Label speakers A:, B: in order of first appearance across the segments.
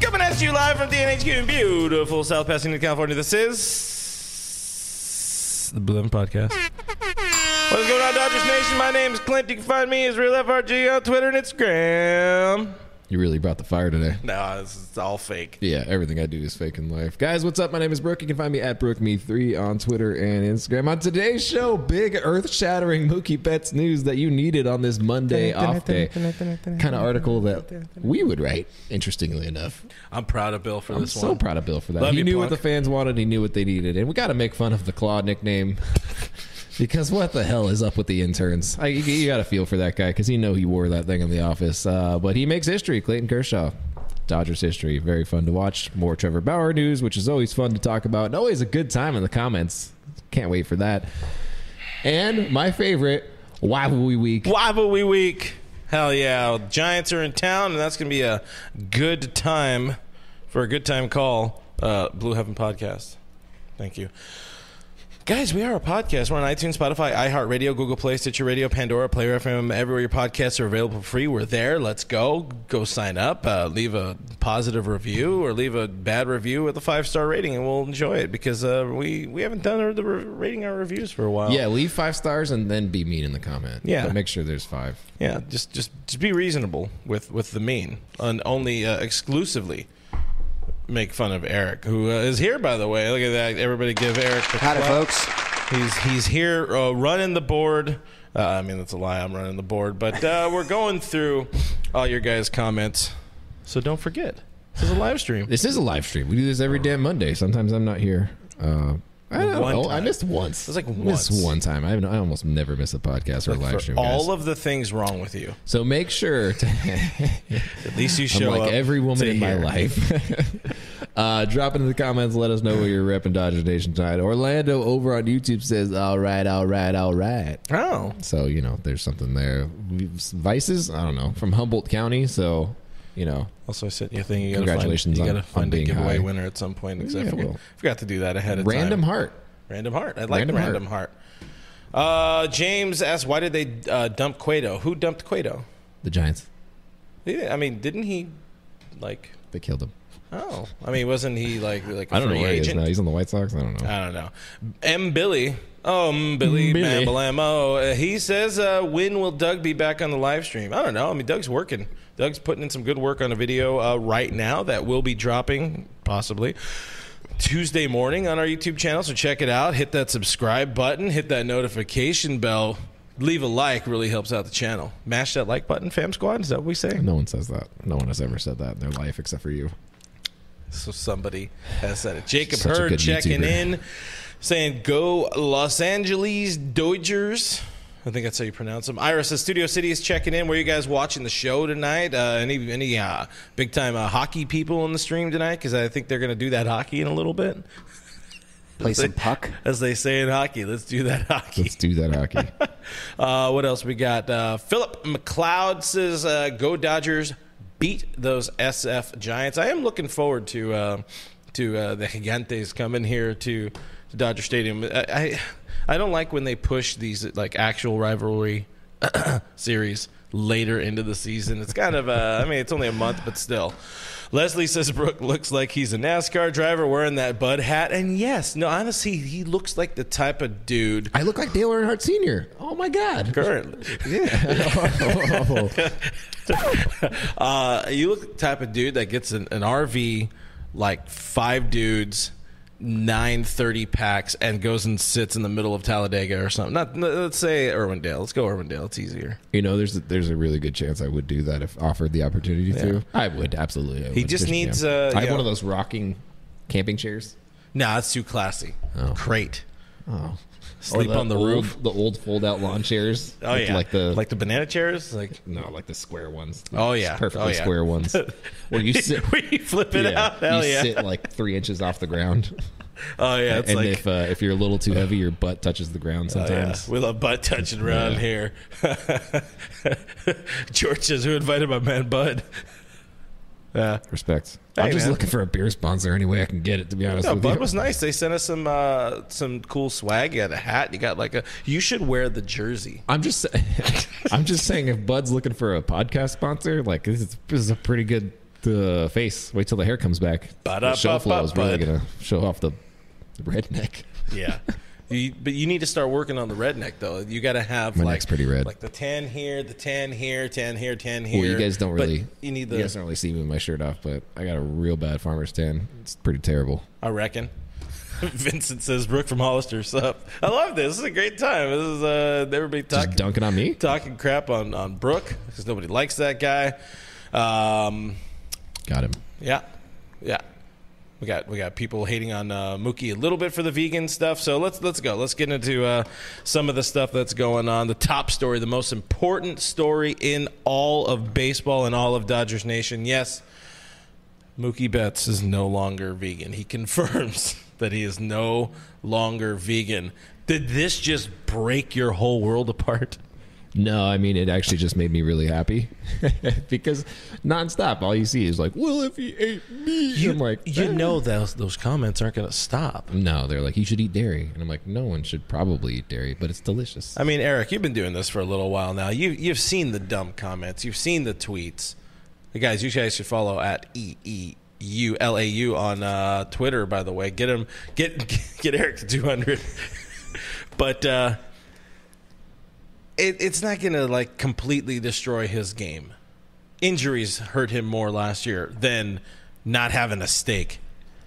A: Coming at you live from DNHQ in beautiful South Pasadena, California. This is the Blue Lemon Podcast. What's going on, Dodgers Nation? My name is Clint. You can find me as Real FRG on Twitter and Instagram.
B: You really brought the fire today.
A: No, this is all fake.
B: Yeah, everything I do is fake in life. Guys, what's up? My name is Brooke. You can find me at BrookeMe3 on Twitter and Instagram. On today's show, big earth shattering Mookie Betts news that you needed on this Monday off day. Kind of article that we would write, interestingly enough.
A: I'm proud of Bill for
B: I'm
A: this
B: so
A: one.
B: proud of Bill for that.
A: Love
B: he
A: you,
B: knew
A: Plunk.
B: what the fans wanted, he knew what they needed. And we got to make fun of the Claw nickname. Because what the hell is up with the interns? I, you, you got to feel for that guy because he know he wore that thing in the office. Uh, but he makes history, Clayton Kershaw. Dodgers history, very fun to watch. More Trevor Bauer news, which is always fun to talk about, and always a good time in the comments. Can't wait for that. And my favorite, Why Wowie Week.
A: Wobbly week. Hell yeah. Giants are in town, and that's going to be a good time for a good time call. Uh, Blue Heaven Podcast. Thank you. Guys, we are a podcast. We're on iTunes, Spotify, iHeartRadio, Google Play, Stitcher Radio, Pandora, Player FM, everywhere your podcasts are available for free. We're there. Let's go. Go sign up. Uh, leave a positive review or leave a bad review with a five star rating, and we'll enjoy it because uh, we we haven't done the re- rating our reviews for a while.
B: Yeah, leave five stars and then be mean in the comment.
A: Yeah.
B: But make sure there's five.
A: Yeah, just just just be reasonable with with the mean, and only uh, exclusively make fun of Eric, who uh, is here by the way. Look at that! Everybody give Eric the
C: Howdy,
A: clap.
C: folks.
A: He's he's here uh, running the board. Uh, I mean, that's a lie. I'm running the board, but uh, we're going through all your guys' comments, so don't forget. This is a live stream.
B: This is a live stream. We do this every damn Monday. Sometimes I'm not here. Uh, I don't
A: One
B: know. I
A: time.
B: missed
A: It
B: once.
A: was like
B: I missed
A: once.
B: one time. I, I almost never miss a podcast or a live
A: For
B: stream. guys.
A: all of the things wrong with you,
B: so make sure to
A: at least you
B: I'm
A: show
B: like
A: up
B: every woman
A: to
B: in my
A: here.
B: life. uh, drop into the comments. Let us know where you're repping Dodger Nation tonight. Orlando over on YouTube says, "All right, all right, all right."
A: Oh,
B: So you know, there's something there. Vices, I don't know, from Humboldt County. So you know,
A: Also, I sent you a thing. You gotta Find,
B: Congratulations
A: you
B: on-
A: gotta
B: on
A: find a
B: being
A: giveaway
B: high.
A: winner at some point. Because I
B: Yeah,
A: forgot,
B: well.
A: forgot to do that ahead of
B: random
A: time.
B: heart.
A: Random heart. I like random,
B: Random Heart.
A: heart. Uh, James asked, "Why did they uh, dump Cueto? Who dumped Cueto?
B: The Giants,
A: Yeah, I mean, didn't he like?
B: they killed him.
A: Oh, I mean, wasn't he like like a
B: I don't know
A: free
B: where he is
A: agent? Uh,
B: now. He's on the White Sox. I don't know.
A: I don't know. M. Billy. Oh, M. Billy,
B: Billy.
A: Billy. Mambalamo. Uh, he says, uh, when will Doug be back on the live stream? I don't know. I mean, Doug's working. Doug's putting in some good work on a video uh, right now that will be dropping, possibly. Tuesday morning on our YouTube channel, so check it out. Hit that subscribe button, hit that notification bell, leave a like, really helps out the channel. Mash that like button, fam squad. Is that what we say?
B: No one says that. No one has ever said that in their life except for you.
A: So somebody has said it. Jacob
B: Such a
A: Hurd
B: good
A: checking
B: YouTuber.
A: in, saying, "Go Los Angeles Dodgers." I think that's how you pronounce them. Iris, says, Studio City is checking in. Where you guys watching the show tonight? Uh, any any uh, big time uh, hockey people in the stream tonight? Because I think they're going to do that hockey in a little bit,
C: Play some puck.
A: as they say in hockey. Let's do that hockey.
B: Let's do that hockey.
A: Uh, what else we got? Uh, Philip McLeod says, uh, "Go Dodgers, beat those SF Giants." I am looking forward to uh, to uh, the Gigantes coming here to, to Dodger Stadium. I, I I don't like when they push these like actual rivalry series later into the season. It's kind of uh, I mean, it's only a month, but still. Leslie says Brooke looks like he's a NASCAR driver wearing that Bud hat, and yes, no, honestly, he looks like the type of dude
B: I look like Dale Earnhardt Sr. Oh my God.
A: currently.
B: Yeah.
A: uh, you look the type of dude that gets an, an RV, like five dudes, nine thirty packs, and goes and sits in the middle of Talladega or something. Not no, let's say Irwindale. Let's go Irwindale. It's easier.
B: you know, there's a, there's a really good chance I would do that if offered the opportunity to. I would absolutely. I would.
A: just needs, uh,
B: I have
A: yeah.
B: one of those rocking camping chairs.
A: Nah, it's too classy.
B: Oh.
A: Crate.
B: Oh.
A: Sleep on the
B: old,
A: roof.
B: The old fold out lawn chairs.
A: Oh
B: With
A: yeah,
B: Like the
A: like the banana chairs. Like
B: no, like the square ones.
A: Oh, yeah.
B: perfectly
A: Oh, yeah.
B: square ones. Where you sit,
A: where you flip it
B: yeah,
A: out. Hell
B: you
A: yeah.
B: sit like three inches off the ground,
A: oh yeah. It's
B: and
A: like
B: if uh, if you're a little too heavy, your butt touches the ground
A: Oh, yeah.
B: sometimes.
A: We love butt touching around here. George says, "Who invited my man Bud?" Yeah,
B: Respect.
A: Hey,
B: I'm just
A: man.
B: looking for a beer sponsor any way I can get it. To be honest
A: no,
B: with
A: Bud
B: you,
A: was nice. They sent us some uh, some cool swag. You had a hat. You got like a. You should wear the jersey.
B: I'm just I'm just saying if Bud's looking for a podcast sponsor, like this is, this is a pretty good uh, face. Wait till the hair comes back.
A: Ba-da-ba-ba,
B: The show flow is really
A: Bud.
B: gonna show off the redneck.
A: Yeah. You, but you need to start working on the redneck though. You got to have
B: My
A: like
B: neck's pretty red.
A: like the tan here, the tan here, tan here, tan here.
B: Well, you guys don't
A: But
B: really
A: you need the.
B: guys don't really see me with my shirt off, but I got a real bad farmer's tan. It's pretty terrible.
A: I reckon. Vincent says, "Brooke from Hollister, sup?" I love this. This is a great time. This is uh, everybody
B: Just
A: talking.
B: dunking on me.
A: talking crap on on Brooke because nobody likes that guy. Um,
B: Got him.
A: yeah, yeah. We got we got people hating on uh, Mookie a little bit for the vegan stuff. So let's let's go. Let's get into uh, some of the stuff that's going on. The top story, the most important story in all of baseball and all of Dodgers Nation. Yes, Mookie Betts is no longer vegan. He confirms that he is no longer vegan. Did this just break your whole world apart?
B: No, I mean it actually just made me really happy because nonstop, all you see is like, "Well, if he ate meat," I'm like,
A: you
B: "Eh."
A: know those those comments aren't going to stop.
B: No, they're like, you should eat dairy. And I'm like, no one should probably eat dairy, but it's delicious.
A: I mean, Eric, you've been doing this for a little while now. You you've seen the dumb comments. You've seen the tweets. Hey, guys, you guys should follow at e e u l a u on uh, Twitter. By the way, get him get get Eric to two hundred. but uh, it, it's not going to like completely destroy his game. Injuries hurt him more last year than not having a steak.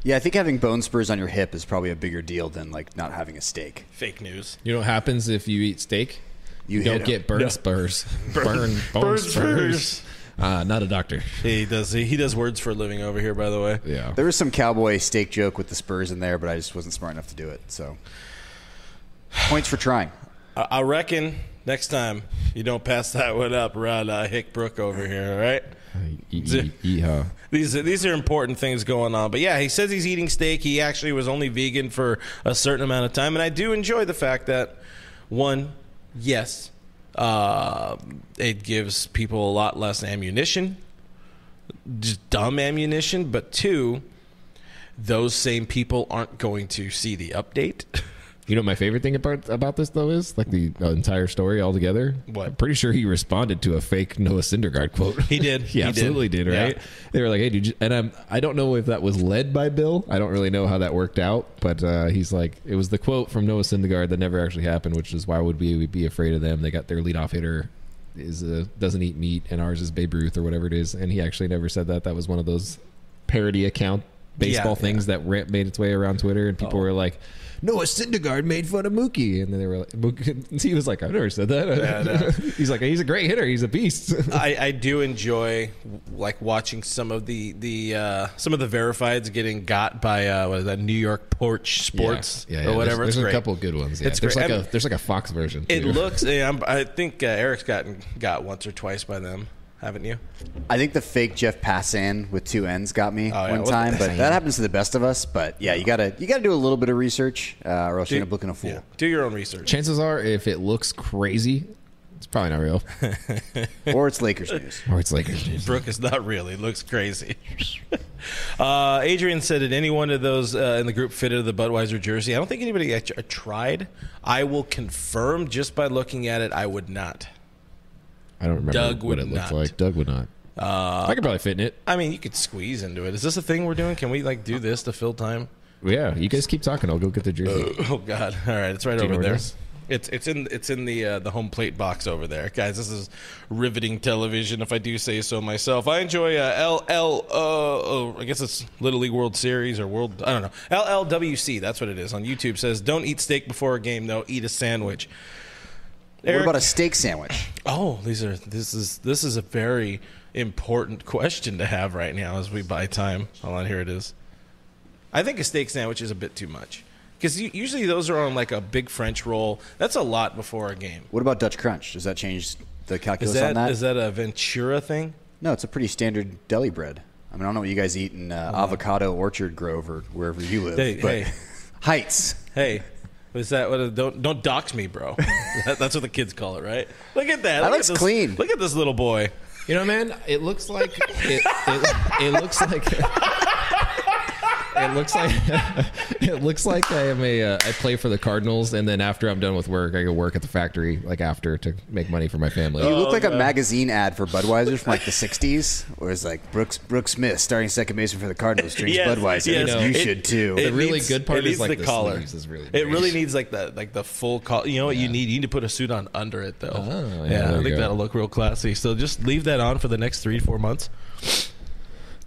C: Yeah, I think having bone spurs on your hip is probably a bigger deal than like not having a steak.
A: Fake news.
B: You know what happens if you eat steak?
C: You
B: don't
C: hit 'em.
B: get burn spurs. Burn, bone
A: burn spurs.
B: spurs. Uh, not a doctor.
A: He does he does words for a living over here. By the way.
B: Yeah.
C: There was some cowboy steak joke with the spurs in there, but I just wasn't smart enough to do it. So points for trying.
A: I I reckon next time you don't pass that one up around uh, Hick Brook over here, all right?
B: E- e- Yeehaw.
A: These are, these are important things going on. But yeah, he says he's eating steak. He actually was only vegan for a certain amount of time. And I do enjoy the fact that, one, yes, uh, it gives people a lot less ammunition, just dumb ammunition. But two, those same people aren't going to see the update.
B: You know what my favorite thing about about this though is like the uh, entire story altogether.
A: What?
B: I'm pretty sure he responded to a fake Noah Syndergaard quote.
A: He did. He
B: he,
A: did.
B: absolutely did.
A: Yeah.
B: right? They were like, "Hey, dude," you-" and I'm I don't know if that was led by Bill. I don't really know how that worked out, but uh, he's like, it was the quote from Noah Syndergaard that never actually happened, which is why would we be afraid of them? They got their leadoff hitter is uh doesn't eat meat, and ours is Babe Ruth or whatever it is, and he actually never said that. That was one of those parody account baseball
A: Yeah, Oh. yeah.
B: things that rant made its way around Twitter, and people were like, "Noah Syndergaard made fun of Mookie," and then they were like, Mookie, "He was like, I've never said that." he's like, "He's a great hitter. He's a beast."
A: I, I do enjoy like watching some of the the uh, some of the verifieds getting got by uh, what is that New York Porch Sports
B: yeah, yeah,
A: or
B: yeah.
A: whatever.
B: There's,
A: it's
B: there's
A: great.
B: a couple of good ones. Yeah.
A: It's
B: there's
A: great. I
B: like
A: mean-
B: a there's like a Fox version.
A: It
B: too.
A: looks. Yeah, I'm, I think uh, Eric's gotten got once or twice by them, haven't you?
C: I think the fake Jeff Passan with two N's got me
A: Oh, yeah,
C: one
A: what the
C: time, but
B: heck?
C: that happens to the best of us. But yeah, you gotta you gotta do a little bit of research, uh, or else you end up looking a fool.
A: Yeah. Do your own research.
B: chances are if it looks crazy, it's probably not real,
C: Or it's Lakers news.
B: or it's like
A: Brooke is not real. He looks crazy. uh, Adrian said, "Did any one of those uh, in the group fitted the Budweiser jersey?" I don't think anybody actually tried. I will confirm just by looking at it. I would not.
B: I don't remember
A: Doug
B: what
A: would
B: it
A: not.
B: looked like. Doug would not. Uh, I could probably fit in it.
A: I mean, you could squeeze into it. Is this a thing we're doing? Can we like do this to fill time?
B: Yeah, you guys keep talking. I'll go get the jersey.
A: Oh God! All right, it's right
B: Do you know
A: over
B: where it
A: there.
B: is?
A: It's it's in it's in the uh, the home plate box over there, guys. This is riveting television, if I do say so myself. I enjoy uh, LL. Uh, oh, I guess it's Little League World Series or World. I don't know. LLWC. That's what it is on YouTube. Says don't eat steak before a game though. Eat a sandwich.
C: What
A: Eric-
C: about a steak sandwich?
A: Oh, these are this is this is a very important question to have right now as we buy time. Hold on, here it is. I think a steak sandwich is a bit too much because usually those are on like a big French roll. That's a lot before a game.
C: What about Dutch Crunch? Does that change the
A: Is
C: calculus on
A: that
C: that?
A: is that a Ventura thing?
C: no, it's a pretty standard deli bread. I mean, I don't know what you guys eat in uh, Avocado Orchard Grove or wherever you live.
A: Oh, Hey,
C: but
A: hey.
C: Heights.
A: Hey, is that what? Don't don't dox me, bro. That- that's what the kids call it, right? Look at that. Look
C: looks
A: at this,
C: clean.
A: Look at this little boy.
B: You know, man, it looks like it. It, it looks like it looks like it looks like I am a uh, I play for the Cardinals, and then after I'm done with work, I go work at the factory like after to make money for my family.
C: You
A: Oh,
C: look like a magazine ad for Budweiser from like the '60s, where it's like Brooks Brooks Smith, starting second baseman for the Cardinals, drinks
A: Yes,
C: Budweiser.
A: yes.
C: You
A: It-
C: should too.
A: it
B: really good part
A: it
B: is,
A: needs
B: like,
A: the
B: the
A: collar.
B: sleeves is really
A: it
B: nice.
A: really needs like the like the full collar. You know what you need? You need to put a suit on under it though.
B: Oh, yeah,
A: I
B: there you
A: think
B: go.
A: that'll look real classy. So just leave that on for the next three four months.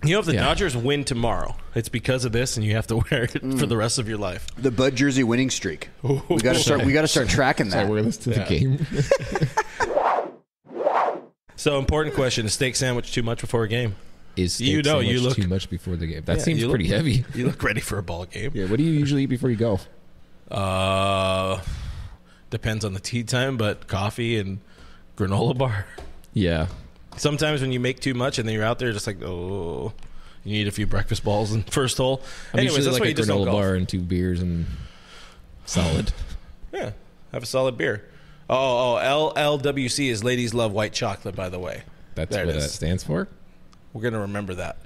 A: You know, if the
B: Yeah.
A: Dodgers win tomorrow, it's because of this, and you have to wear it for the rest of your life.
C: the Bud Jersey winning streak. We got to start. We got to start tracking
B: I
C: that.
B: wear this to the game.
A: So, important question: Is steak sandwich too much before a game?
B: Is steak
A: You know, you
B: sandwich
A: look-
B: too much before the game. That
A: Yeah,
B: seems
A: you look-
B: pretty heavy.
A: You look ready for a ball game.
B: Yeah, what do you usually eat before you golf?
A: Uh, depends on the tea time, but coffee and granola bar.
B: Yeah,
A: Sometimes when you make too much and then you're out there just like, oh, you need a few breakfast balls in first hole.
B: I'm
A: Anyways,
B: usually
A: that's
B: like
A: why
B: a
A: you just don't
B: granola
A: golf.
B: bar and two beers and solid.
A: Yeah, have a solid beer. Oh, oh, LLWC is Ladies Love White Chocolate, by the way.
B: That's
A: there
B: what
A: it
B: that
A: is.
B: stands for.
A: We're gonna remember that.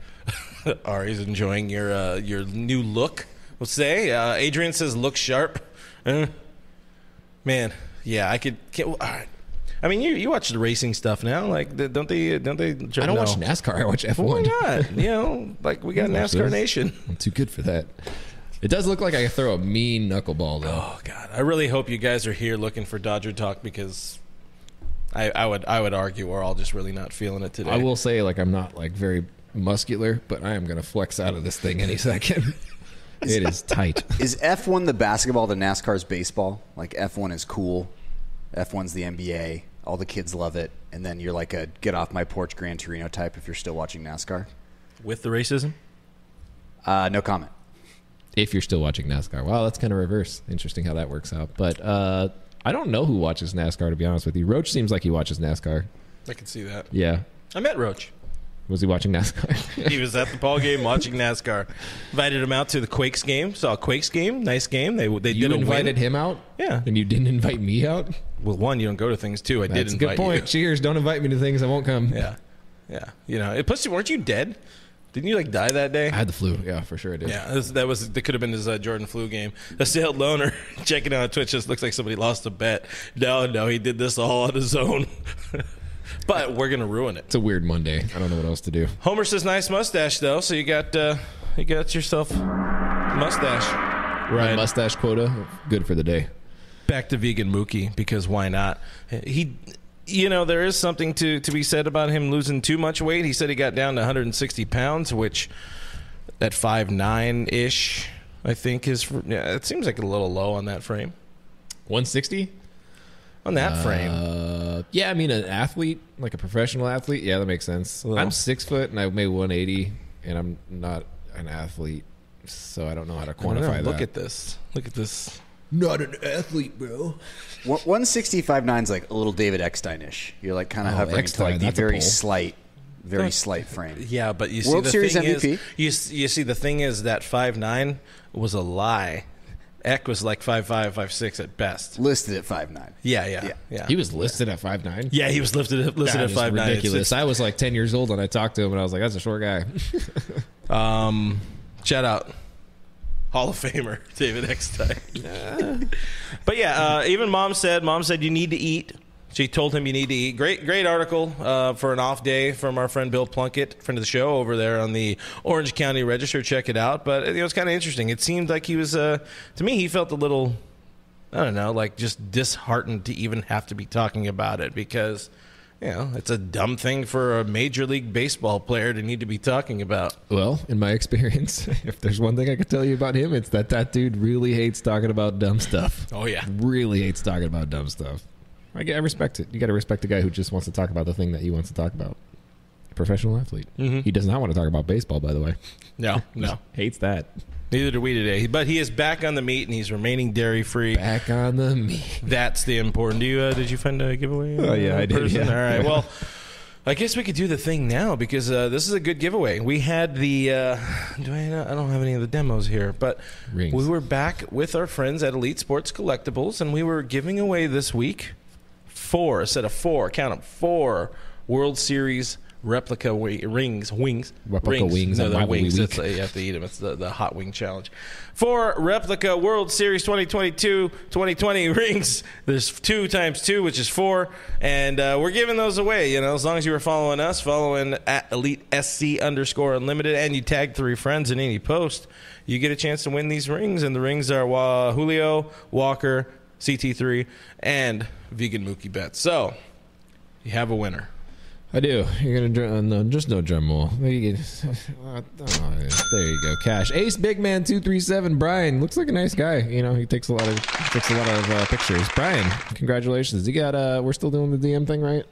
A: Ari's enjoying your uh, your new look. We'll say. Uh, Adrian says, "Look sharp." Eh. man, yeah, I could. Can't, all right. I mean, you you watch the racing stuff now. Like, th- don't they? Don't they?
B: I don't watch NASCAR. I watch F1.
A: Why not? You know, like we got
B: Watch
A: NASCAR
B: this.
A: Nation.
B: I'm too good for that. It does look like I can throw a mean knuckleball though.
A: Oh God, I really hope you guys are here looking for Dodger talk because I, I would I would argue we're all just really not feeling it today.
B: I will say like I'm not like very muscular, but I am gonna flex out of this thing any second. it is tight.
C: Is F1 the basketball to NASCAR's baseball? Like F1 is cool. F1's the NBA. All the kids love it. And then you're like a get off my porch Gran Torino type if you're still watching NASCAR.
A: with the racism.
C: Uh, no comment.
B: If you're still watching NASCAR, wow, that's kind of reverse. Interesting how that works out. But uh, I don't know who watches NASCAR to be honest with you. Roach seems like he watches NASCAR.
A: I can see that.
B: Yeah,
A: I met Roach.
B: was he watching NASCAR?
A: He was at the Paul game watching NASCAR. Invited him out to the Quakes game. Saw a Quakes game. Nice game. They they
B: you
A: did a win.
B: invited him out,
A: Yeah.
B: and you didn't invite me out.
A: Well, one, you don't go to things. Two, I did
B: That's a
A: invite
B: good point.
A: you.
B: Cheers! Don't invite me to things I won't come.
A: Yeah, yeah. You know, it- plus weren't you dead? Didn't you like die that day?
B: I had the flu. Yeah, for sure I did.
A: Yeah, this, that was that could have been his uh, Jordan flu game. A sailed loner checking out on Twitch just looks like somebody lost a bet. No, no, he did this all on his own. but we're gonna ruin it.
B: It's a weird Monday. I don't know what else to do.
A: Homer says nice mustache though, so you got uh, you got yourself mustache.
B: My
A: Right.
B: mustache quota, good for the day.
A: back to vegan Mookie because why not? He, you know, there is something to to be said about him losing too much weight. He said he got down to 160 pounds, which at five nine ish, I think is yeah. It seems like a little low on that frame.
B: 160?
A: On that frame,
B: Uh, yeah, I mean an athlete, like a professional athlete. Yeah, that makes sense.
A: Well-
B: I'm six foot and I weigh 180, and I'm not an athlete, so I don't know how to
A: I don't know.
B: quantify that.
A: Look at this. Look at this.
B: not an athlete, bro.
C: One- 165.9 is like a little David Eckstein ish. You're like kind of
B: Oh,
C: hovering to
B: Eckstein,
C: like the
B: that's a
C: very
B: pole.
C: slight, very slight frame.
A: Yeah, but you
C: World
A: see the
C: Series
A: thing
C: MVP.
A: is you s- you see the thing is that five nine was a lie. Eck was like five five five six at best.
C: Listed at five nine.
A: Yeah, yeah,
C: Yeah.
A: yeah. yeah.
B: He was listed at five nine.
A: he was lifted listed at five nine.
B: ridiculous. I was like ten years old and I talked to him and I was like, "That's a short guy."
A: Um, shout out Hall of Famer David Eckstein. but yeah, uh, even mom said, mom said you need to eat. She told him you need to eat. Great, great article uh, for an off day from our friend Bill Plunkett, friend of the show over there on the Orange County Register. Check it out. But you know, it's kind of interesting. It seemed like he was, uh, to me, he felt a little, I don't know, like just disheartened to even have to be talking about it because, you know, it's a dumb thing for a major league baseball player to need to be talking about.
B: Well, in my experience, if there's one thing I could tell you about him, it's that that dude really hates talking about dumb stuff.
A: Oh, yeah.
B: really hates talking about dumb stuff. I, get- I respect it. You got to respect a guy who just wants to talk about the thing that he wants to talk about. Professional athlete. He does not want to talk about baseball, by the way.
A: No, Mm-hmm. no,
B: Hates that.
A: neither do we today. But he is back on the meat and he's remaining dairy free.
B: Back on the me.
A: That's the important. Do you uh, did you find a giveaway?
B: Oh, yeah, I did,
A: Person?
B: yeah.
A: All right. Well, I guess we could do the thing now because uh, this is a good giveaway. We had the uh, do I? I don't have any of the demos here, but
B: Rings.
A: we were back with our friends at Elite Sports Collectibles, and we were giving away this week four a set of four count them four World Series replica wi- rings wings
B: Replica
A: rings.
B: wings
A: no
B: on
A: they're
B: Rivalry
A: wings
B: Week.
A: It's, uh, you have to eat them it's the, the hot wing challenge four replica World Series 2022 2020 rings there's two times two which is four and uh, we're giving those away you know as long as you were following us following at elite sc underscore unlimited and you tag three friends in any post you get a chance to win these rings and the rings are uh, Julio Walker CT3 and vegan Mookie Betts so you have a winner.
B: I do. You're gonna drum. Uh, no, just no drum roll. Maybe you can- uh, oh, there you go. Cash. Ace Big Man two three seven. Brian looks like a nice guy. You know, he takes a lot of takes a lot of uh, pictures. Brian, congratulations. You got. uh We're still doing the DM thing, right?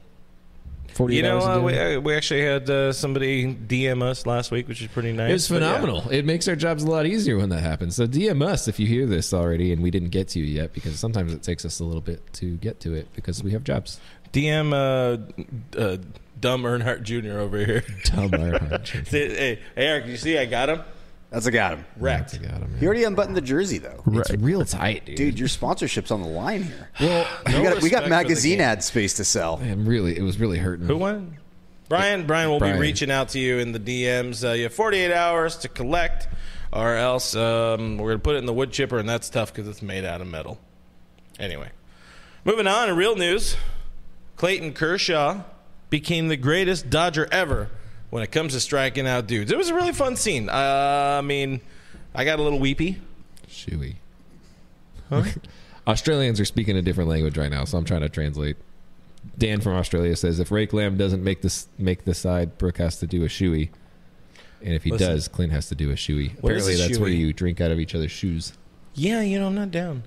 B: Forty.
A: You know,
B: hours a
A: uh,
B: day?
A: we, uh, we actually had uh, somebody DM us last week, which is pretty nice.
B: It was
A: but yeah.
B: phenomenal. It makes our jobs a lot easier when that happens. So DM us if you hear this already and we didn't get to you yet because sometimes it takes us a little bit to get to it because we have jobs.
A: DM uh, uh, Dumb Earnhardt Jr. over here.
B: Tom Earnhardt Jr.
A: hey, hey, Eric, you see, I got him
C: That's a got him.
A: wrecked.
B: Got him,
C: You
B: man.
C: already unbuttoned the jersey though,
B: It's real tight,
C: dude. Your sponsorship's on the line here.
B: Well,
C: we got we
A: respect for
C: got
A: the
C: magazine
A: game.
C: ad space to sell.
B: Man, really, it was really hurting.
A: Who won? Brian. Brian will be
B: Brian.
A: reaching out to you in the DMs. Uh, you have 48 hours to collect, or else um, we're going to put it in the wood chipper, and that's tough because it's made out of metal. Anyway, moving on in real news Clayton Kershaw became the greatest Dodger ever when it comes to striking out dudes. It was a really fun scene. Uh, I mean, I got a little weepy.
B: Shuey. Australians are speaking a different language right now, so I'm trying to translate. Dan from Australia says if Ray Lamb doesn't make this make the side, Brooke has to do a shoey. And if he
A: Listen.
B: does, Clint has to do a shoey.
A: What is a
B: Apparently that's where
A: shoey?
B: you drink out of each other's shoes.
A: Yeah, you know, I'm not down.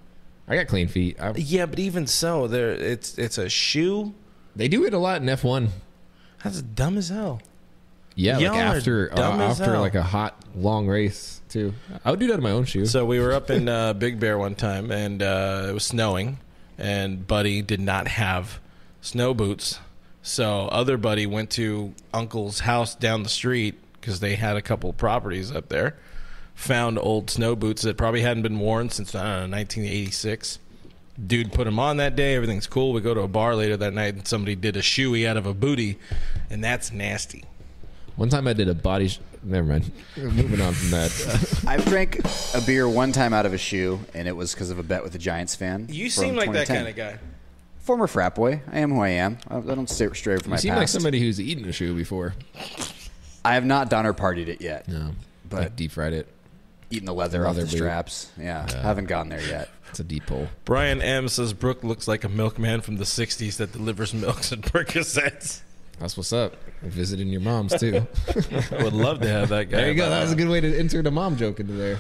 B: I got clean feet. I,
A: Yeah, but even so, there it's it's a shoe.
B: they do it a lot in F1.
A: That's dumb as hell.
B: Yeah,
A: Y'all
B: like
A: are
B: after uh,
A: dumb as
B: after
A: hell.
B: like a hot long race too. I would do that in my own shoe.
A: So we were up in uh, Big Bear one time, and uh, it was snowing, and Buddy did not have snow boots. So other Buddy went to Uncle's house down the street because they had a couple properties up there. Found old snow boots that probably hadn't been worn since I don't know 1986. Dude put them on that day. Everything's cool. We go to a bar later that night, and somebody did a shoey out of a booty, and that's nasty.
B: One time I did a body. Sh- Never mind. Moving on from that.
C: I've drank a beer one time out of a shoe, and it was because of a bet with a Giants fan.
A: You
C: from
A: seem like that
C: 2010.
A: kind of guy.
C: Former frat boy. I am who I am. I I don't stay stray from my
B: You seem
C: past.
B: like somebody who's eaten a shoe before.
C: I have not Donner partied it yet.
B: No,
C: But-
B: but deep fried it.
C: Eating the leather, off
B: Leather
C: the
B: boot.
C: straps. Yeah, haven't gone there yet.
B: It's a deep hole.
A: Brian M says Brooke looks like a milkman from the '60s that delivers milks and Percocets.
B: That's what's up. We're visiting your moms too.
A: I would love to have that guy.
B: there you go. That was a good way to insert a mom joke into there.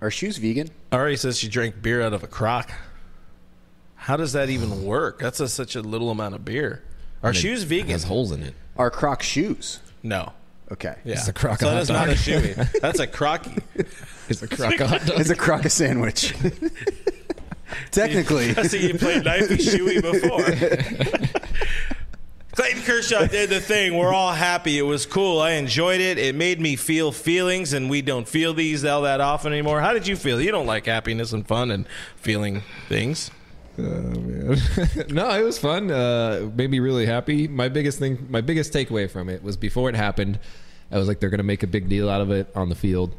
C: Are shoes vegan?
A: Ari says she drank beer out of a crock. How does that even work? That's a, such a little amount of beer. Are shoes
B: It
A: vegan?
B: has holes in it.
C: Are Croc shoes?
A: No.
C: Okay.
A: Yeah.
B: It's a crock
A: So
B: of
A: that
B: hot
A: is not a
B: dog.
A: shoey. That's a crocky.
B: It's a crock of hot dog.
C: It's a Croc a sandwich. Technically,
A: I see you played knifey shoey before. Clayton Kershaw did the thing. We're all happy. It was cool. I enjoyed it. It made me feel feelings, and we don't feel these all that often anymore. How did you feel? You don't like happiness and fun and feeling things.
B: Oh, no, it was fun. Uh, it made me really happy. My biggest thing, my biggest takeaway from it was before it happened, I was like, they're going to make a big deal out of it on the field.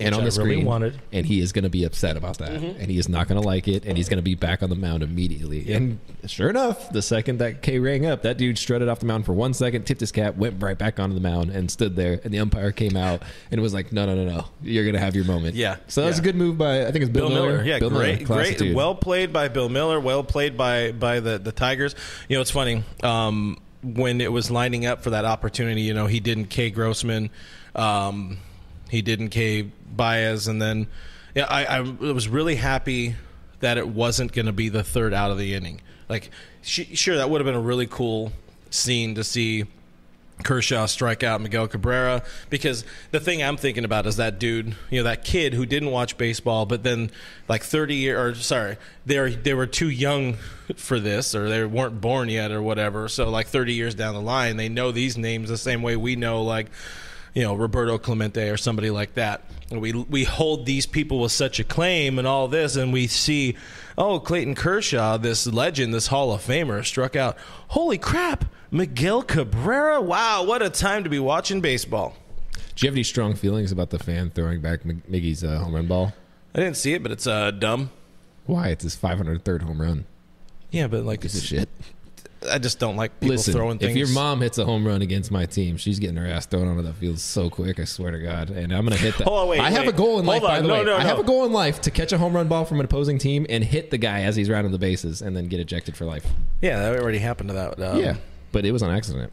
B: and on
A: I
B: the
A: really
B: screen,
A: wanted. Mm-hmm.
B: and he is going to be upset about that, and he is not going to like it, and he's going to be back on the mound immediately. And sure enough, the second that K rang up, that dude strutted off the mound for one second, tipped his cap, went right back onto the mound, and stood there. And the umpire came out and was like, "No, no, no, no, you're going to have your moment."
A: Yeah.
B: So that was
A: Yeah.
B: a good move by I think it's Bill,
A: Bill Miller. Yeah,
B: Bill Miller,
A: great,
B: class
A: great,
B: of dude.
A: well played by Bill Miller. Well played by by the the Tigers. You know, it's funny um, when it was lining up for that opportunity. You know, he didn't K Grossman, um, he didn't K Baez, and then yeah, I, I was really happy that it wasn't going to be the third out of the inning. Like, sh- sure, that would have been a really cool scene to see Kershaw strike out Miguel Cabrera because the thing I'm thinking about is that dude, you know, that kid who didn't watch baseball, but then like 30 year or sorry, they were, they were too young for this or they weren't born yet or whatever. So like 30 years down the line, they know these names the same way we know like, you know, Roberto Clemente or somebody like that. And we we hold these people with such acclaim and all this, and we see, oh, Clayton Kershaw, this legend, this Hall of Famer, struck out. Holy crap, Miguel Cabrera! Wow, what a time to be watching baseball.
B: Do you have any strong feelings about the fan throwing back M- Miggy's uh, home run ball?
A: I didn't see it, but it's uh, dumb.
B: Why? It's his 503rd home run.
A: Yeah, but like,
B: Piece of shit.
A: I just don't like people
B: Listen,
A: throwing things.
B: if your mom hits a home run against my team, she's getting her ass thrown onto the field so quick. I swear to God, and I'm gonna hit that.
A: Hold on, wait,
B: I have
A: wait.
B: a goal in
A: Hold
B: life. by
A: on.
B: the
A: No,
B: way,
A: no,
B: I have
A: no.
B: a goal in life to catch a home run ball from an opposing team and hit the guy as he's rounding the bases, and then get ejected for life.
A: yeah, that already happened to that. Um,
B: yeah, but it was an accident.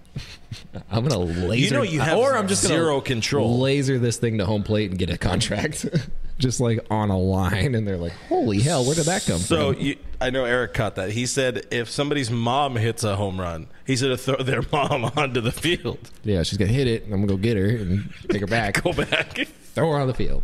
B: I'm gonna laser.
A: know you have
B: or I'm just gonna
A: zero control.
B: Laser this thing to home plate and get a contract, just like on a line, and they're like, "Holy hell, where did that come
A: So
B: from?"
A: you, I know Eric caught that. He said if somebody's mom hits a home run, he should have throw their mom onto the field.
B: Yeah, she's gonna hit it, and I'm gonna go get her and take her back,
A: Go back.
B: throw her on the field.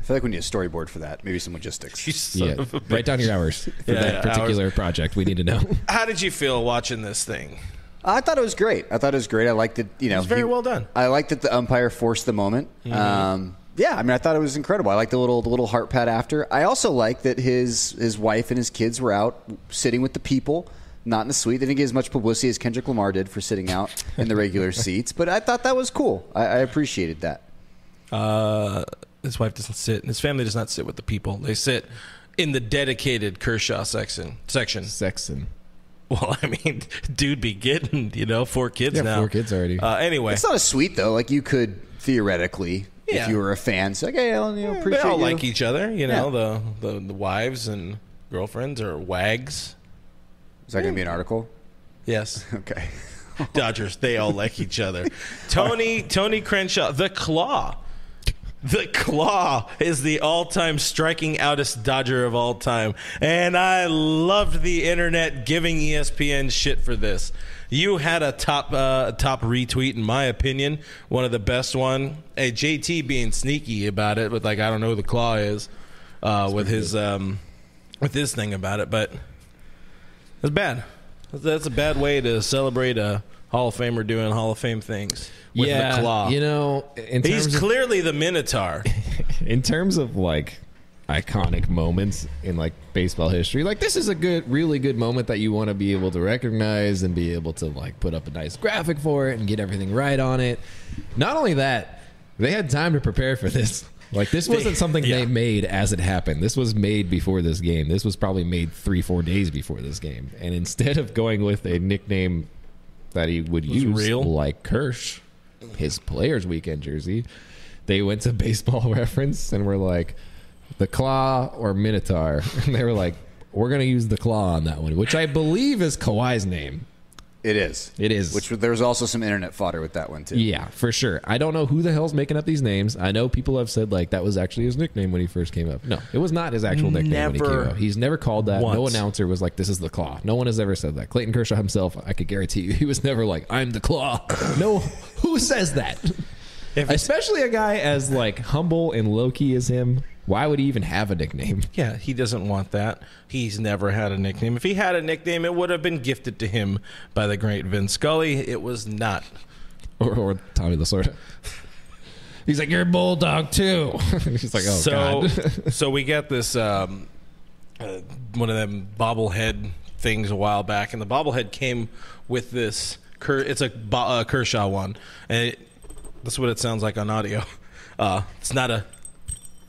C: I feel like we need a storyboard for that. Maybe some logistics.
A: You son
B: yeah,
A: of a bitch.
B: write down your hours for
A: Yeah,
B: that
A: yeah,
B: particular project. We need to know.
A: How did you feel watching this thing?
C: I thought it was great. I thought it was great. I liked it. You know,
A: was very well done. Mm-hmm.
C: I liked that the umpire forced the moment. Um, yeah, I mean, I thought it was incredible. I liked the little the little heart pat after. I also liked that his his wife and his kids were out sitting with the people, not in the suite. They didn't get as much publicity as Kendrick Lamar did for sitting out in the regular seats. But I thought that was cool. I, I appreciated that.
A: Uh, his wife doesn't sit, and his family does not sit with the people. They sit in the dedicated Kershaw section. Section.
B: Sexton.
A: Well, I mean, dude, be getting you know four kids
B: Yeah,
A: now.
B: four kids already.
A: Uh, anyway,
C: It's not a suite though. Like you could theoretically,
A: Yeah.
C: if you were a fan, say, "Hey, I'll, you know,
A: they
C: appreciate
A: all
C: you."
A: like each other. You know, the, the the wives and girlfriends or wags.
C: Is that going to be an article?
A: Yes.
C: Okay.
A: Dodgers, they all like each other. Tony Tony Crenshaw, the Claw. The Claw is the all-time striking outest Dodger of all time. And I loved the internet giving E ESPN shit for this. You had a top uh, top retweet in my opinion, one of the best one. Hey, JT being sneaky about it with like I don't know who the Claw is uh, with his um, with his thing about it, but that's bad. That's- That's a bad way to celebrate a Hall of Famer doing Hall of Fame things with
B: yeah,
A: the claw.
B: you know, in terms,
A: He's
B: of,
A: clearly the Minotaur.
B: in terms of like iconic moments in like baseball history, like this is a good, really good moment that you want to be able to recognize and be able to like put up a nice graphic for it and get everything right on it. Not only that, they had time to prepare for this. Like this wasn't something
A: yeah.
B: they made as it happened. This was made before this game. This was probably made three, four days before this game. And instead of going with a nickname that he would
A: was
B: use,
A: real.
B: like Kirsch, his players' weekend jersey. They went to baseball reference and were like, the claw or Minotaur. And they were like, we're going to use the claw on that one, which I believe is Kawhi's name.
C: It is.
B: It is.
C: Which there was also some internet fodder with that one too.
B: Yeah, for sure. I don't know who the hell's making up these names. I know people have said like that was actually his nickname when he first came up. No, it was not his actual nickname when he
A: Never
B: came up. He's never called that. No
A: once.
B: announcer was like, "This is the Claw." No one has ever said that. Clayton Kershaw himself, I could guarantee you, he was never like, "I'm the Claw." No, who says that? Especially a guy as like humble and low key as him. Why would he even have a nickname?
A: Yeah, he doesn't want that. He's never had a nickname. If he had a nickname, it would have been gifted to him by the great Vin Scully. It was not.
B: Or, or Tommy Lasorda. He's like, "You're a bulldog too." He's like, "Oh
A: so,
B: god."
A: so we got this um, uh, one of them bobblehead things a while back, and the bobblehead came with this. Ker- It's a Bo- uh, Kershaw one, and it, that's what it sounds like on audio. Uh, it's not a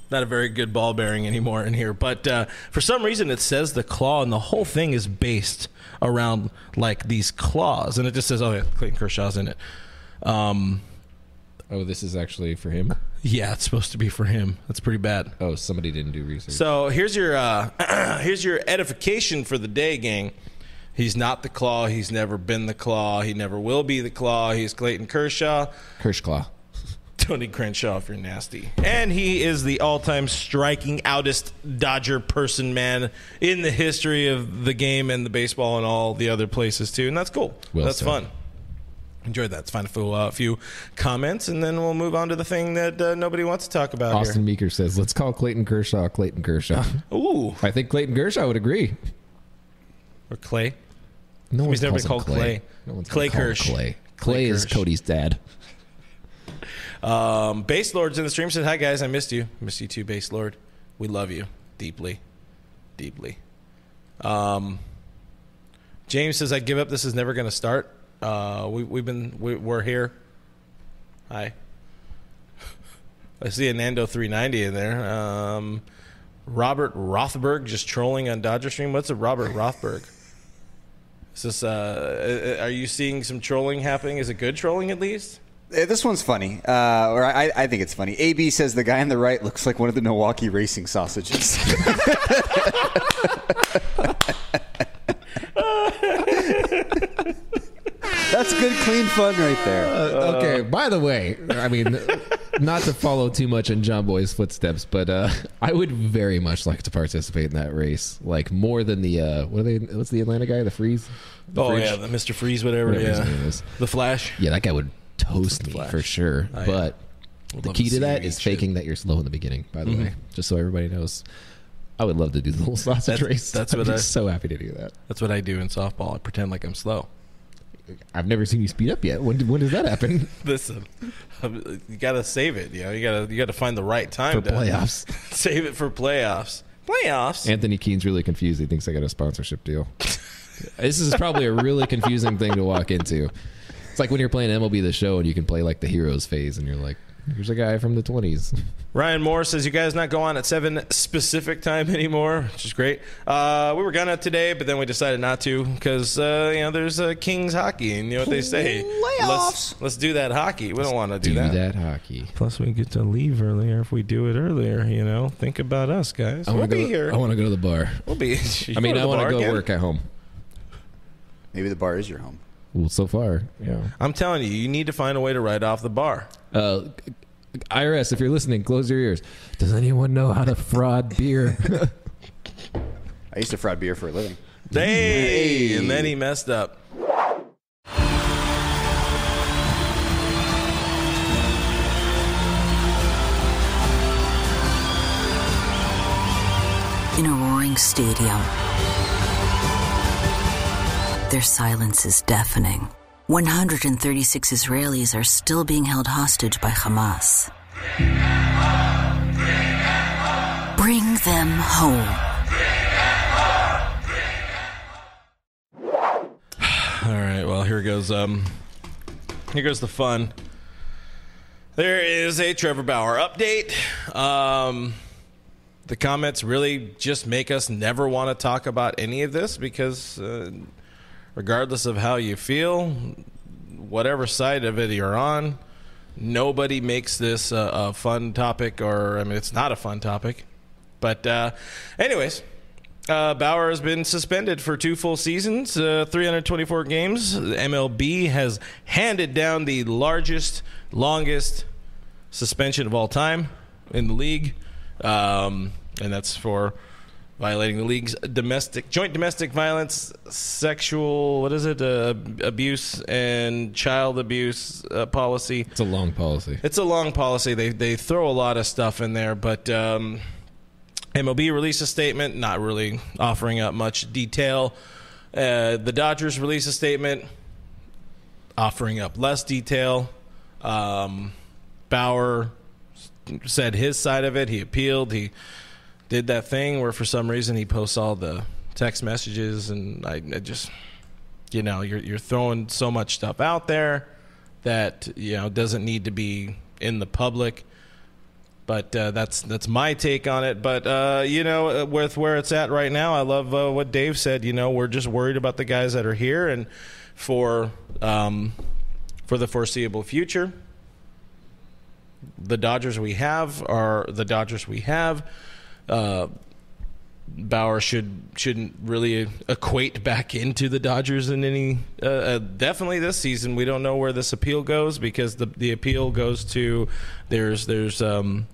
A: not a very good ball bearing anymore in here. But uh, for some reason, it says the claw, and the whole thing is based around like these claws, and it just says, "Oh yeah, Clayton Kershaw's in it." Um,
B: Oh, this is actually for him.
A: yeah, it's supposed to be for him. That's pretty bad.
B: Oh, somebody didn't do research.
A: So here's your uh, here's your edification for the day, gang. He's not the claw. He's never been the claw. He never will be the claw. He's Clayton Kershaw.
B: Kirschclaw.
A: Tony Crenshaw, if you're nasty. And he is the all time striking outest Dodger person man in the history of the game and the baseball and all the other places, too. And that's cool.
B: Well
A: that's
B: said.
A: fun. Enjoyed that. Let's find a few, uh, few comments, and then we'll move on to the thing that uh, nobody wants to talk about
B: Austin Meeker says, "Let's call Clayton Kershaw Clayton Kershaw."
A: here. Ooh.
B: I think Clayton Kershaw would agree.
A: Or Clay.
B: No
A: He's
B: one's
A: never been called Clay.
B: No one's
A: Clay
B: gonna call him
A: Kirsch.
B: Clay.
A: Clay
B: Clay is
A: Kirsch.
B: Cody's dad.
A: Um, Base Lord's in the stream said, Hi, guys. I missed you. Miss you too, Base Lord. We love you deeply. Deeply. Um, James says, I give up. This is never going to start. Uh, we, we've been, we, we're here. Hi. I see a Nando 390 in there. Um, Robert Rothberg just trolling on Dodger Stream. What's a Robert Rothberg? Is this, uh, uh, are you seeing some trolling happening? Is it good trolling at least?
C: Eh, This one's funny, uh, or I, I think it's funny. AB says the guy on the right looks like one of the Milwaukee racing sausages. That's good, clean fun right
A: Uh,
C: there.
B: okay. By the way, I mean, not to follow too much in John Boy's footsteps, but uh, I would very much like to participate in that race, like more than the uh, what are they? What's the Atlanta guy? The Freeze?
A: Oh yeah, the Mister Freeze, whatever.
B: Whatever his
A: yeah,
B: name is.
A: the Flash.
B: Yeah, that guy would toast me for sure.
A: Oh,
B: but the Mm-hmm.
A: love
B: key
A: to
B: to
A: see
B: that
A: you
B: is
A: eat shit.
B: faking that you're slow in the beginning. By the way, just so everybody knows, I would love to do the little sausage
A: That's-
B: race.
A: that's
B: I'd
A: what
B: be
A: I-
B: so happy to do that.
A: That's what I do in softball. I pretend like I'm slow.
B: I've never seen you speed up yet. When when does that happen
A: Listen, um, you gotta save it. You know, you gotta you gotta find the right
B: for
A: time to
B: playoffs?
A: Save it for playoffs. Playoffs.
B: Anthony Keene's really confused. He thinks I got a sponsorship deal. this is probably a really confusing thing to walk into. It's like when you're playing MLB the show and you can play like the heroes phase and you're like, here's a guy from the 20s.
A: Ryan Moore says you guys not go on at seven specific time anymore, which is great. Uh, we were gonna today, but then we decided not to because uh, you know there's uh, Kings hockey, and you know what they say.
C: Playoffs.
A: Let's, let's do that hockey. We don't want to do,
B: Do
A: that.
B: that hockey.
A: Plus, we get to leave earlier if we do it earlier. You know, think about us, guys.
B: I wanna
A: we'll
B: go,
A: be here.
B: I want to go to the bar.
A: We'll be.
B: I mean, I want
A: bar
B: to go
A: again?
B: work at home.
C: Maybe the bar is your home.
B: Well, so far, yeah.
A: I'm telling you, you need to find a way to write off the bar.
B: Uh, IRS, if you're listening, close your ears. Does anyone know how to fraud beer?
C: I used to fry beer for a living.
A: Hey, and then he messed up.
D: In a roaring stadium, their silence is deafening. 136 Israelis are still being held hostage by Hamas. Bring them home.
A: All right, well, here goes. Um, here goes the fun. There is a Trevor Bauer update. Um, the comments really just make us never want to talk about any of this because, uh, regardless of how you feel, whatever side of it you're on, nobody makes this a, a fun topic, or I mean, it's not a fun topic. But, uh, anyways, uh, Bauer has been suspended for two full seasons, uh, 324 games. The MLB has handed down the largest, longest suspension of all time in the league, um, and that's for violating the league's domestic joint domestic violence, sexual what is it uh, abuse and child abuse uh, policy.
B: it's a long policy.
A: It's a long policy. They they throw a lot of stuff in there, but um, MLB released a statement, not really offering up much detail. Uh, the Dodgers released a statement, offering up less detail. Um, Bauer said his side of it. He appealed. He did that thing where, for some reason, he posts all the text messages, and I, I just, you know, you're you're throwing so much stuff out there that you know doesn't need to be in the public. But uh, that's that's my take on it. But uh, you know, uh, with where it's at right now, I love uh, what Dave said. You know, we're just worried about the guys that are here, and for um, for the foreseeable future, the Dodgers we have are the Dodgers we have. Uh, Bauer should shouldn't really equate back into the Dodgers in any. Uh, uh, definitely this season, we don't know where this appeal goes because the the appeal goes to there's there's um,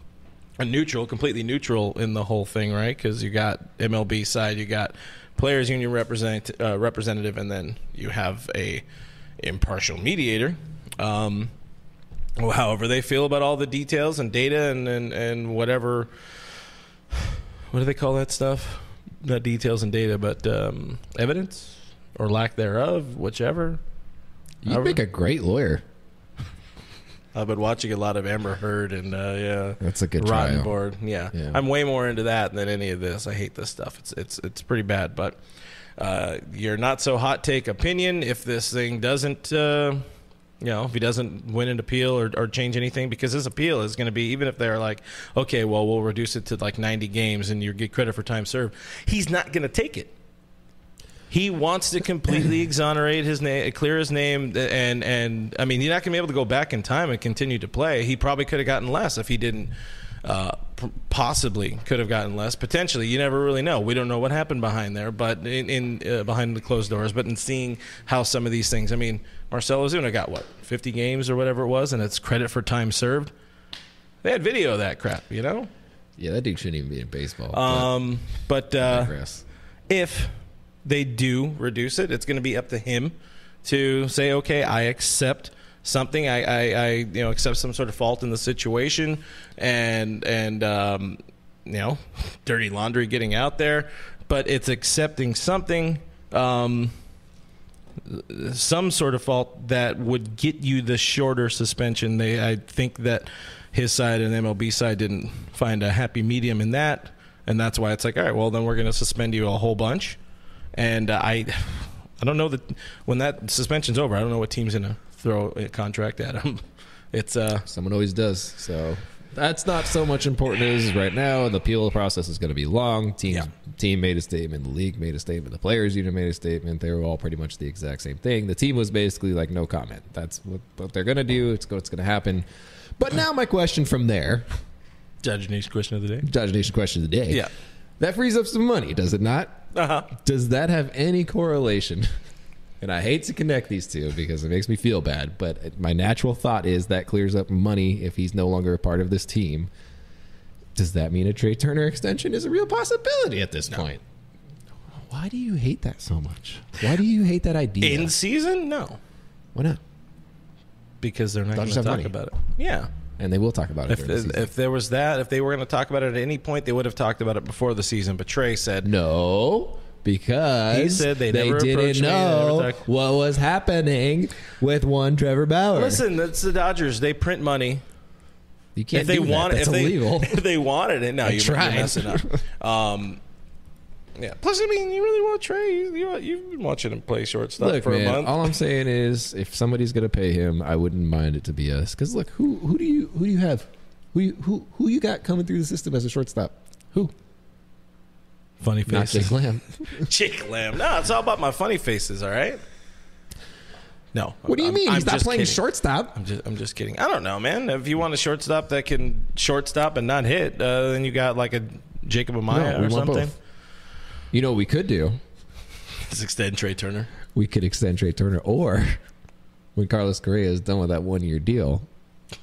A: a neutral, completely neutral in the whole thing, right? Because you got MLB side, you got players union represent, uh, representative, and then you have a impartial mediator. Um, well, however they feel about all the details and data and, and, and whatever what do they call that stuff not details and data but um, evidence or lack thereof whichever
B: You make a great lawyer.
A: i've been watching a lot of amber heard and uh, yeah
B: That's a good
A: rotten
B: trial.
A: board yeah.
B: Yeah.
A: i'm way more into that than any of this i hate this stuff it's it's it's pretty bad but uh, your not so hot take opinion if this thing doesn't uh, you know, if he doesn't win an appeal or, or change anything, because his appeal is going to be even if they're like, okay, well, we'll reduce it to like 90 games and you get credit for time served, he's not going to take it. He wants to completely exonerate his name, clear his name, and and I mean, you're not going to be able to go back in time and continue to play. He probably could have gotten less if he didn't. Uh, p- possibly could have gotten less. Potentially, you never really know. We don't know what happened behind there, but in, in uh, behind the closed doors. But in seeing how some of these things, I mean, Marcelo Zuna got what 50 games or whatever it was, and it's credit for time served. They had video of that crap, you know.
B: Yeah, that dude shouldn't even be in baseball. but
A: Um, but
B: I
A: uh,
B: digress.
A: if they do reduce it, it's going to be up to him to say, okay, I accept something. I, I, I you know, accept some sort of fault in the situation, and and um, you know, dirty laundry getting out there. But it's accepting something, um, some sort of fault that would get you the shorter suspension. They, I think that his side and MLB side didn't find a happy medium in that and that's why it's like, all right, well then we're going to suspend you a whole bunch. And uh, I, I don't know that when that suspension's over, I don't know what team's going to throw a contract at him. It's uh,
B: Someone always does. So that's not so much important as right now. The appeal process is going to be long. Teams,
A: Yeah.
B: Team made a statement. The league made a statement. The players union made a statement. They were all pretty much the exact same thing. The team was basically like, no comment. That's what, what they're going to do. It's what's going to happen. But now my question from there,
A: Judge News question of the day.
B: Dodge Nation question of the day.
A: Yeah.
B: That frees up some money, does it not?
A: Uh huh.
B: Does that have any correlation? And I hate to connect these two because it makes me feel bad, but my natural thought is that clears up money if he's no longer a part of this team. Does that mean a Trey Turner extension is a real possibility at this point? Why do you hate that so much? Why do you hate that idea?
A: In season, no,
B: Why not?
A: because they're not going
B: Dodgers
A: to
B: have
A: talk
B: money.
A: about it. Yeah.
B: And they will talk about it.
A: If,
B: during the season.
A: if there was that, if they were going to talk about it at any point, they would have talked about it before the season. But Trey said,
B: No, because
A: He said they never approached
B: didn't
A: me, they never
B: know
A: talked-
B: what was happening with one Trevor Bauer.
A: "Listen, that's the Dodgers. They print money.
B: you can't
A: if they
B: do that.
A: want,
B: That's
A: if they
B: illegal.
A: if they wanted it, no, you, you're
B: tried.
A: messing up. Um, yeah. Plus, I mean, you really want Trey? You, you you've been watching him play shortstop
B: Look,
A: for
B: man.
A: a month.
B: All I'm saying is, if somebody's gonna pay him, I wouldn't mind it to be us. Because look, who who do you who do you have? Who you, who who you got coming through the system as a shortstop? Who?
A: funny
B: Not Jake Lamb.
A: Jake Lamb. No, it's all about my funny faces. All right. No.
B: What do you
A: I'm-
B: mean
A: I'm
B: he's not
A: just
B: playing
A: kidding.
B: shortstop?
A: I'm just, I'm just kidding. I don't know, man. If you want a shortstop that can shortstop and not hit, uh, then you got like a Jacob Amaya
B: No, we
A: or
B: want
A: something.
B: both. You know what we could do?
A: Just extend Trey Turner.
B: We could extend Trey Turner, or when Carlos Correa is done with that one year deal,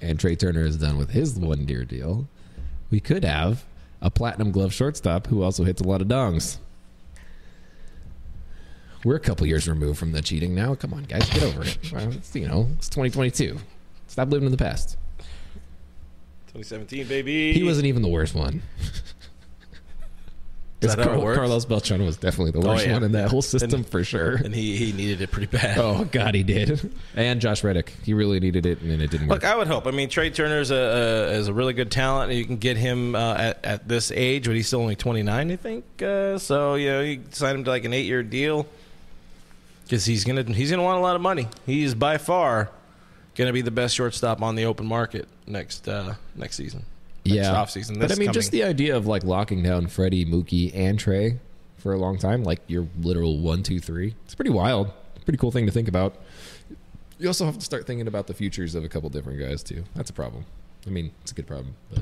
B: and Trey Turner is done with his one year deal, we could have a platinum glove shortstop who also hits a lot of dongs. We're a couple years removed from the cheating now. Come on, guys, get over it. Well, It's, you know, it's 2022. Stop living in the past.
A: 2017, baby.
B: He wasn't even the worst one.
A: Is that how it works?
B: Carlos Beltran was definitely the
A: Oh,
B: worst
A: yeah.
B: one in that whole
A: And-
B: system for sure.
A: and he he needed it pretty bad.
B: Oh God, he did. And Josh Reddick, he really needed it, and then it didn't work.
A: Look, I would hope. I mean, Trey Turner's a, a is a really good talent, and you can get him uh, at at this age, but he's still only twenty nine, I think. Uh, so you know, you sign him to like an eight year deal because he's gonna he's gonna want a lot of money. He's by far gonna be the best shortstop on the open market next uh, next season. next offseason.
B: But I
A: This
B: mean, just
A: coming-
B: the idea of like locking down Freddie, Mookie, and Trey for a long time, like your literal one, two, three. It's pretty wild. Pretty cool thing to think about. You also have to start thinking about the futures of a couple different guys too. That's a problem. I mean, it's a good problem. But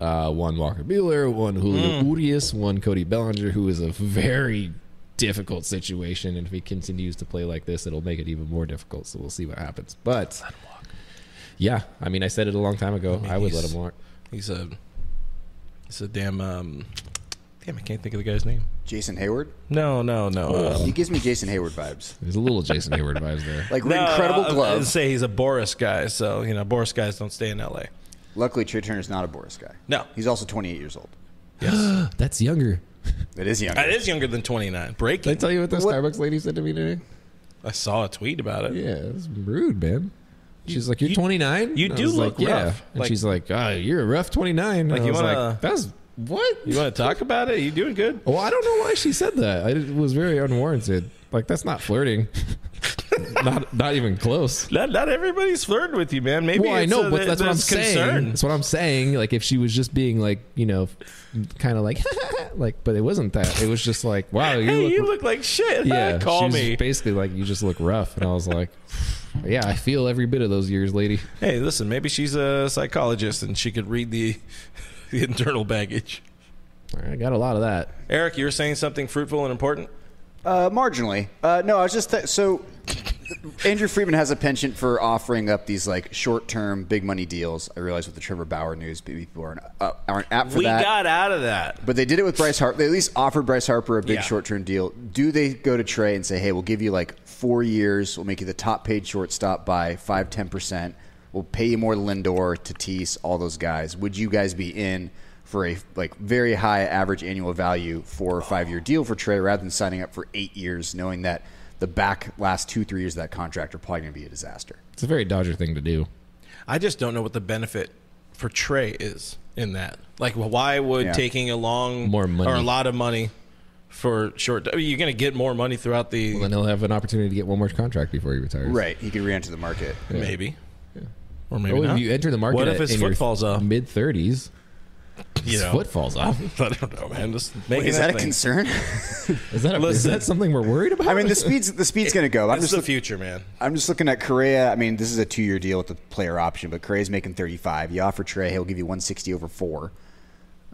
B: uh, one Walker Bueller, one
A: Hmm.
B: Julio Urias, one Cody Bellinger, who is a very difficult situation, and if he continues to play like this, it'll make it even more difficult. So we'll see what happens. But yeah, I mean, I said it a long time ago. I,
A: mean,
B: would let
A: he's-
B: him walk.
A: He's a he's a damn um damn I can't think of the guy's name.
C: Jason Hayward.
A: No, no, no. uh,
C: He gives me Jason Hayward vibes.
B: There's a little Jason Hayward vibes there.
C: Like
A: no, uh,
C: incredible
A: I- I- I'd
C: gloves.
A: say he's a Boris guy, so you know Boris guys don't stay in L.A.
C: Luckily, Trey Turner's not a Boris guy.
A: No.
C: he's also 28 years old.
A: Yes,
B: That's younger.
C: It is young.
A: that is younger than 29.
B: Did I
A: Breaking.
B: tell you what the
C: What-
B: Starbucks lady said to me today?
A: I saw a tweet about it.
B: Yeah, it's rude, man. She's like, "You're
A: you-
B: 29."
A: you
B: And I
A: do
B: was
A: look
B: like,
A: rough.
B: And
A: Like-
B: she's like, "Ah, "You're a rough 29."
A: Like,
B: Like, and I
A: you
B: was
A: wanna-
B: like, "That's what?"
A: You want to talk about it? You doing good?
B: well, I don't know why she said that. I- It was very unwarranted. Like, that's not flirting. not, not even close.
A: Not, not everybody's flirting with you, man. Maybe
B: well, I
A: it's,
B: know,
A: uh,
B: but
A: th-
B: that's what I'm
A: there's concern.
B: saying. That's what I'm saying. Like, if she was just being like, you know, kind of like, like, but it wasn't that. It was just like, wow, you
A: hey,
B: look
A: you look like shit.
B: yeah,
A: call
B: she was
A: me.
B: Basically, like you just look rough, and I was like, yeah, I feel every bit of those years, lady.
A: hey, listen, maybe she's a psychologist and she could read the the internal baggage.
B: I got a lot of that.
A: Eric, you were saying something fruitful and important.
C: Uh, marginally. Uh, no, I was just th- so. Andrew Friedman has a penchant for offering up these like short-term, big-money deals. I realize with the Trevor Bauer news, people aren't uh, aren't apt for
A: we
C: that.
A: got out of that.
C: but they did it with Bryce Harper. They at least offered Bryce Harper a big
A: Yeah.
C: short-term deal. Do they go to Trey and say, "Hey, we'll give you like four years. We'll make you the top-paid shortstop by five, ten percent. We'll pay you more than Lindor, Tatis, all those guys. Would you guys be in for a like very high average annual value four or five-year deal for Trey rather than signing up for eight years, knowing that the back last two, three years of that contract are probably going to be a disaster?"
B: It's a very Dodger thing to do.
A: I just don't know what the benefit for Trey is in that. Like, well, why would
C: Yeah.
A: taking a long
B: More money.
A: or a lot of money for short? I mean, you're going to get more money throughout the
B: Well, then he'll have an opportunity to get one more contract before he retires.
C: Right, he could re-enter the market.
A: maybe, or maybe
B: Or
A: not.
B: if you enter the market,
A: What if
B: at-
A: his
B: in
A: foot
B: your
A: falls off?
B: Mid thirties,
A: you
B: his
A: know,
B: foot falls off.
A: I don't know, man. Just making
C: Is that a
A: thing.
C: concern?
B: Is that a, is
A: Listen.
B: that something we're worried about?
C: I mean, the speed's the speed's going to go. I'm
A: It's
C: just
A: the future, man.
C: I'm just looking at Correa. I mean, this is a two-year deal with the player option, but Correa's making 35. You offer Trey, he'll give you 160 over four.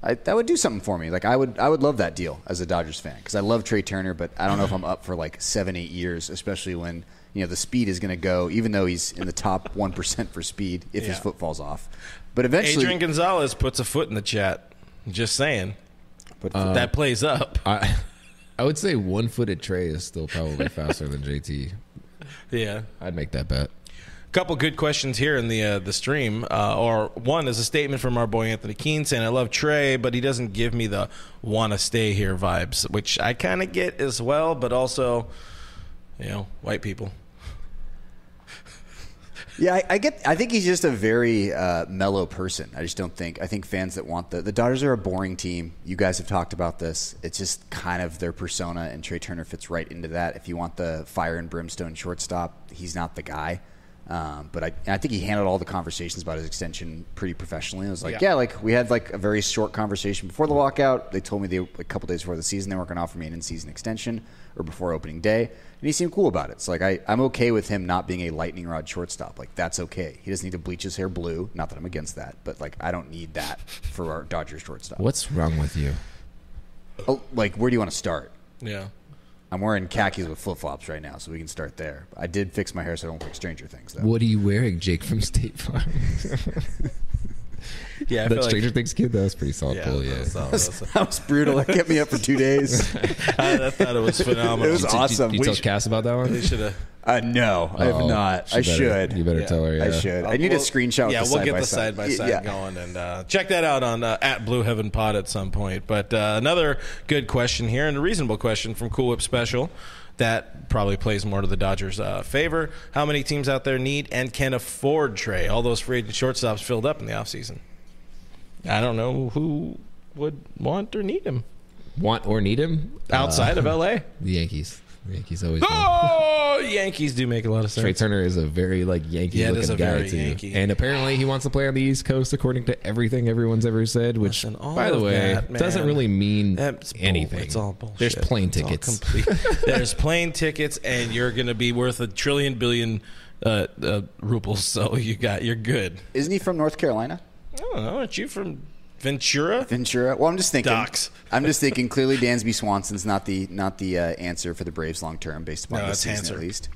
C: I, that would do something for me. Like I would, I would love that deal as a Dodgers fan because I love Trey Turner, but I don't know if I'm up for like seven, eight years, especially when you know the speed is going to go. Even though he's in the top one percent for speed, if his
A: Yeah.
C: foot falls off, but eventually,
A: Adrian Gonzalez puts a foot in the chat. Just saying,
C: but
B: Uh,
A: that plays up.
B: I, I would say one footed Trey is still probably faster than JT.
A: Yeah.
B: I'd make that bet.
A: couple good questions here in the uh, the stream. Uh, or one is a statement from our boy Anthony Keene saying, "I love Trey, but he doesn't give me the want to stay here vibes," which I kind of get as well. But also, you know, white people.
C: Yeah, I, I get. I think he's just a very uh, mellow person. I just don't think. I think fans that want the the Dodgers are a boring team. You guys have talked about this. It's just kind of their persona, and Trey Turner fits right into that. If you want the fire and brimstone shortstop, he's not the guy. Um, but I, and I think he handled all the conversations about his extension pretty professionally. I was like, yeah. like we had like a very short conversation before the walkout. They told me they a couple days before the season they weren't going to offer me an in-season extension or before opening day, and he seemed cool about it. So like I, I'm okay with him not being a lightning rod shortstop. Like that's okay. He doesn't need to bleach his hair blue. Not that I'm against that, but like I don't need that for our Dodgers shortstop.
B: What's wrong with you?
C: Oh, like where do you want to start?
A: Yeah.
C: I'm wearing khakis with flip flops right now, so we can start there. I did fix my hair so I don't look like Stranger Things though.
B: What are you wearing, Jake from State Farm?
A: Yeah, I
B: that Stranger Things kid, that was pretty solid.
A: Yeah,
B: pull,
A: that
B: yeah.
A: was- that was-
C: That was brutal. It kept me up for two days.
A: I, I thought it was phenomenal.
C: It was
B: Did you-
C: awesome.
B: You,
C: We
B: tell
C: sh-
B: Cass about that
A: They
B: one?
A: should have.
C: Uh, no, I have
B: Oh,
C: not.
B: she
C: I
B: better-
C: should.
B: You better
A: Yeah.
B: tell her. Yeah.
C: I should. I need a
A: We'll-
C: screenshot.
A: Yeah,
C: with the
A: we'll
C: side
A: get
C: by
A: the side by
C: Y-
A: side
C: yeah.
A: going and uh, check that out on uh, at Blue Heaven Pod at some point. But uh, another good question here and a reasonable question from Cool Whip Special that probably plays more to the Dodgers' uh, favor. How many teams out there need and can afford Trey? All those free agent shortstops filled up in the offseason. I don't know who would want or need him
B: Want or need him?
C: Uh,
A: outside of LA.
B: The Yankees. Yankees always. win.
A: Oh, Yankees do make a lot of
B: Trey
A: sense.
B: Turner is a very like Yankee
A: Yeah, it
B: looking
A: is a
B: guy
A: very
B: too,
A: Yankee.
B: and apparently he wants to play on the East Coast, according to everything everyone's ever said. Which,
A: Listen, all
B: by the
A: of
B: way,
A: that, man,
B: doesn't really mean
A: That's bull-
B: anything.
A: It's all bullshit.
B: There's plane
A: It's all
B: tickets.
A: complete- There's plane tickets, and you're going to be worth a trillion billion uh, uh, ruples. So you got you're good.
C: Isn't he from North Carolina?
A: I don't know. Aren't you from Ventura?
C: Ventura. Well, I'm just thinking.
A: Docs.
C: I'm just thinking. Clearly, Dansby Swanson's not the not the uh, answer for the Braves long term, based upon
A: No,
C: this
A: it's
C: season
A: Hanser.
C: at least.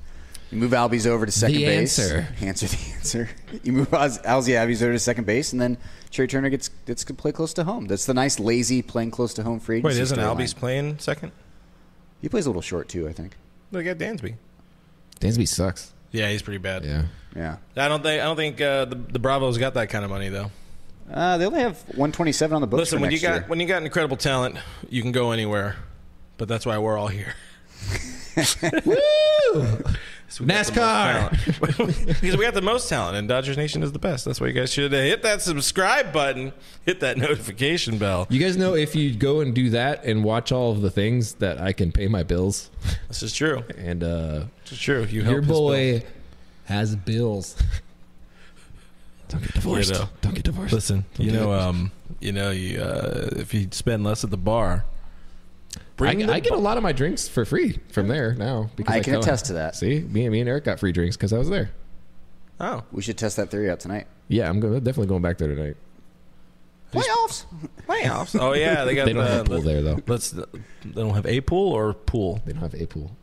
C: You move Albies over to second
B: The
C: base.
B: answer.
C: Answer the answer. You move Oz- Alzi Albies over to second base, and then Trey Turner gets gets to play close to home. That's the nice, lazy playing close to home free agency.
A: Wait, isn't
C: storyline.
A: Albie's playing second?
C: He plays a little short too, I think.
A: They got Dansby.
B: Dansby sucks.
A: Yeah, he's pretty bad.
B: Yeah,
C: Yeah.
A: I don't think I don't think uh, the, the Bravos got that kind of money though.
C: Uh, they only have 127 on the books.
A: Listen,
C: for
A: when you
C: next
A: got
C: year.
A: when you got incredible talent, you can go anywhere. But that's why we're all here. Woo! NASCAR because we got the most talent, and Dodgers Nation is the best. That's why you guys should uh, hit that subscribe button, hit that notification bell.
B: you guys know if you go and do that and watch all of the things that I can pay my bills,
A: This is true.
B: and uh,
A: This is true. You help
B: your
A: his
B: boy has bills. Don't get divorced.
A: Weirdo.
B: Don't get divorced.
A: Listen,
B: Don't
A: you
B: do
A: know,
B: it.
A: um, you know, you uh, if you spend less at the bar,
B: I,
A: bring the
B: I get a lot of my drinks for free from there now. Because
C: I can
B: come-
C: attest to that.
B: See, me and me and Eric got free drinks because I was there.
A: oh
C: we should test that theory out tonight.
B: Yeah, I'm go- definitely going back there tonight.
C: Playoffs.
A: playoffs. Oh yeah, they got.
B: They don't
A: the,
B: have a pool there though.
A: Let's. They don't have a pool or pool.
B: They don't have a pool.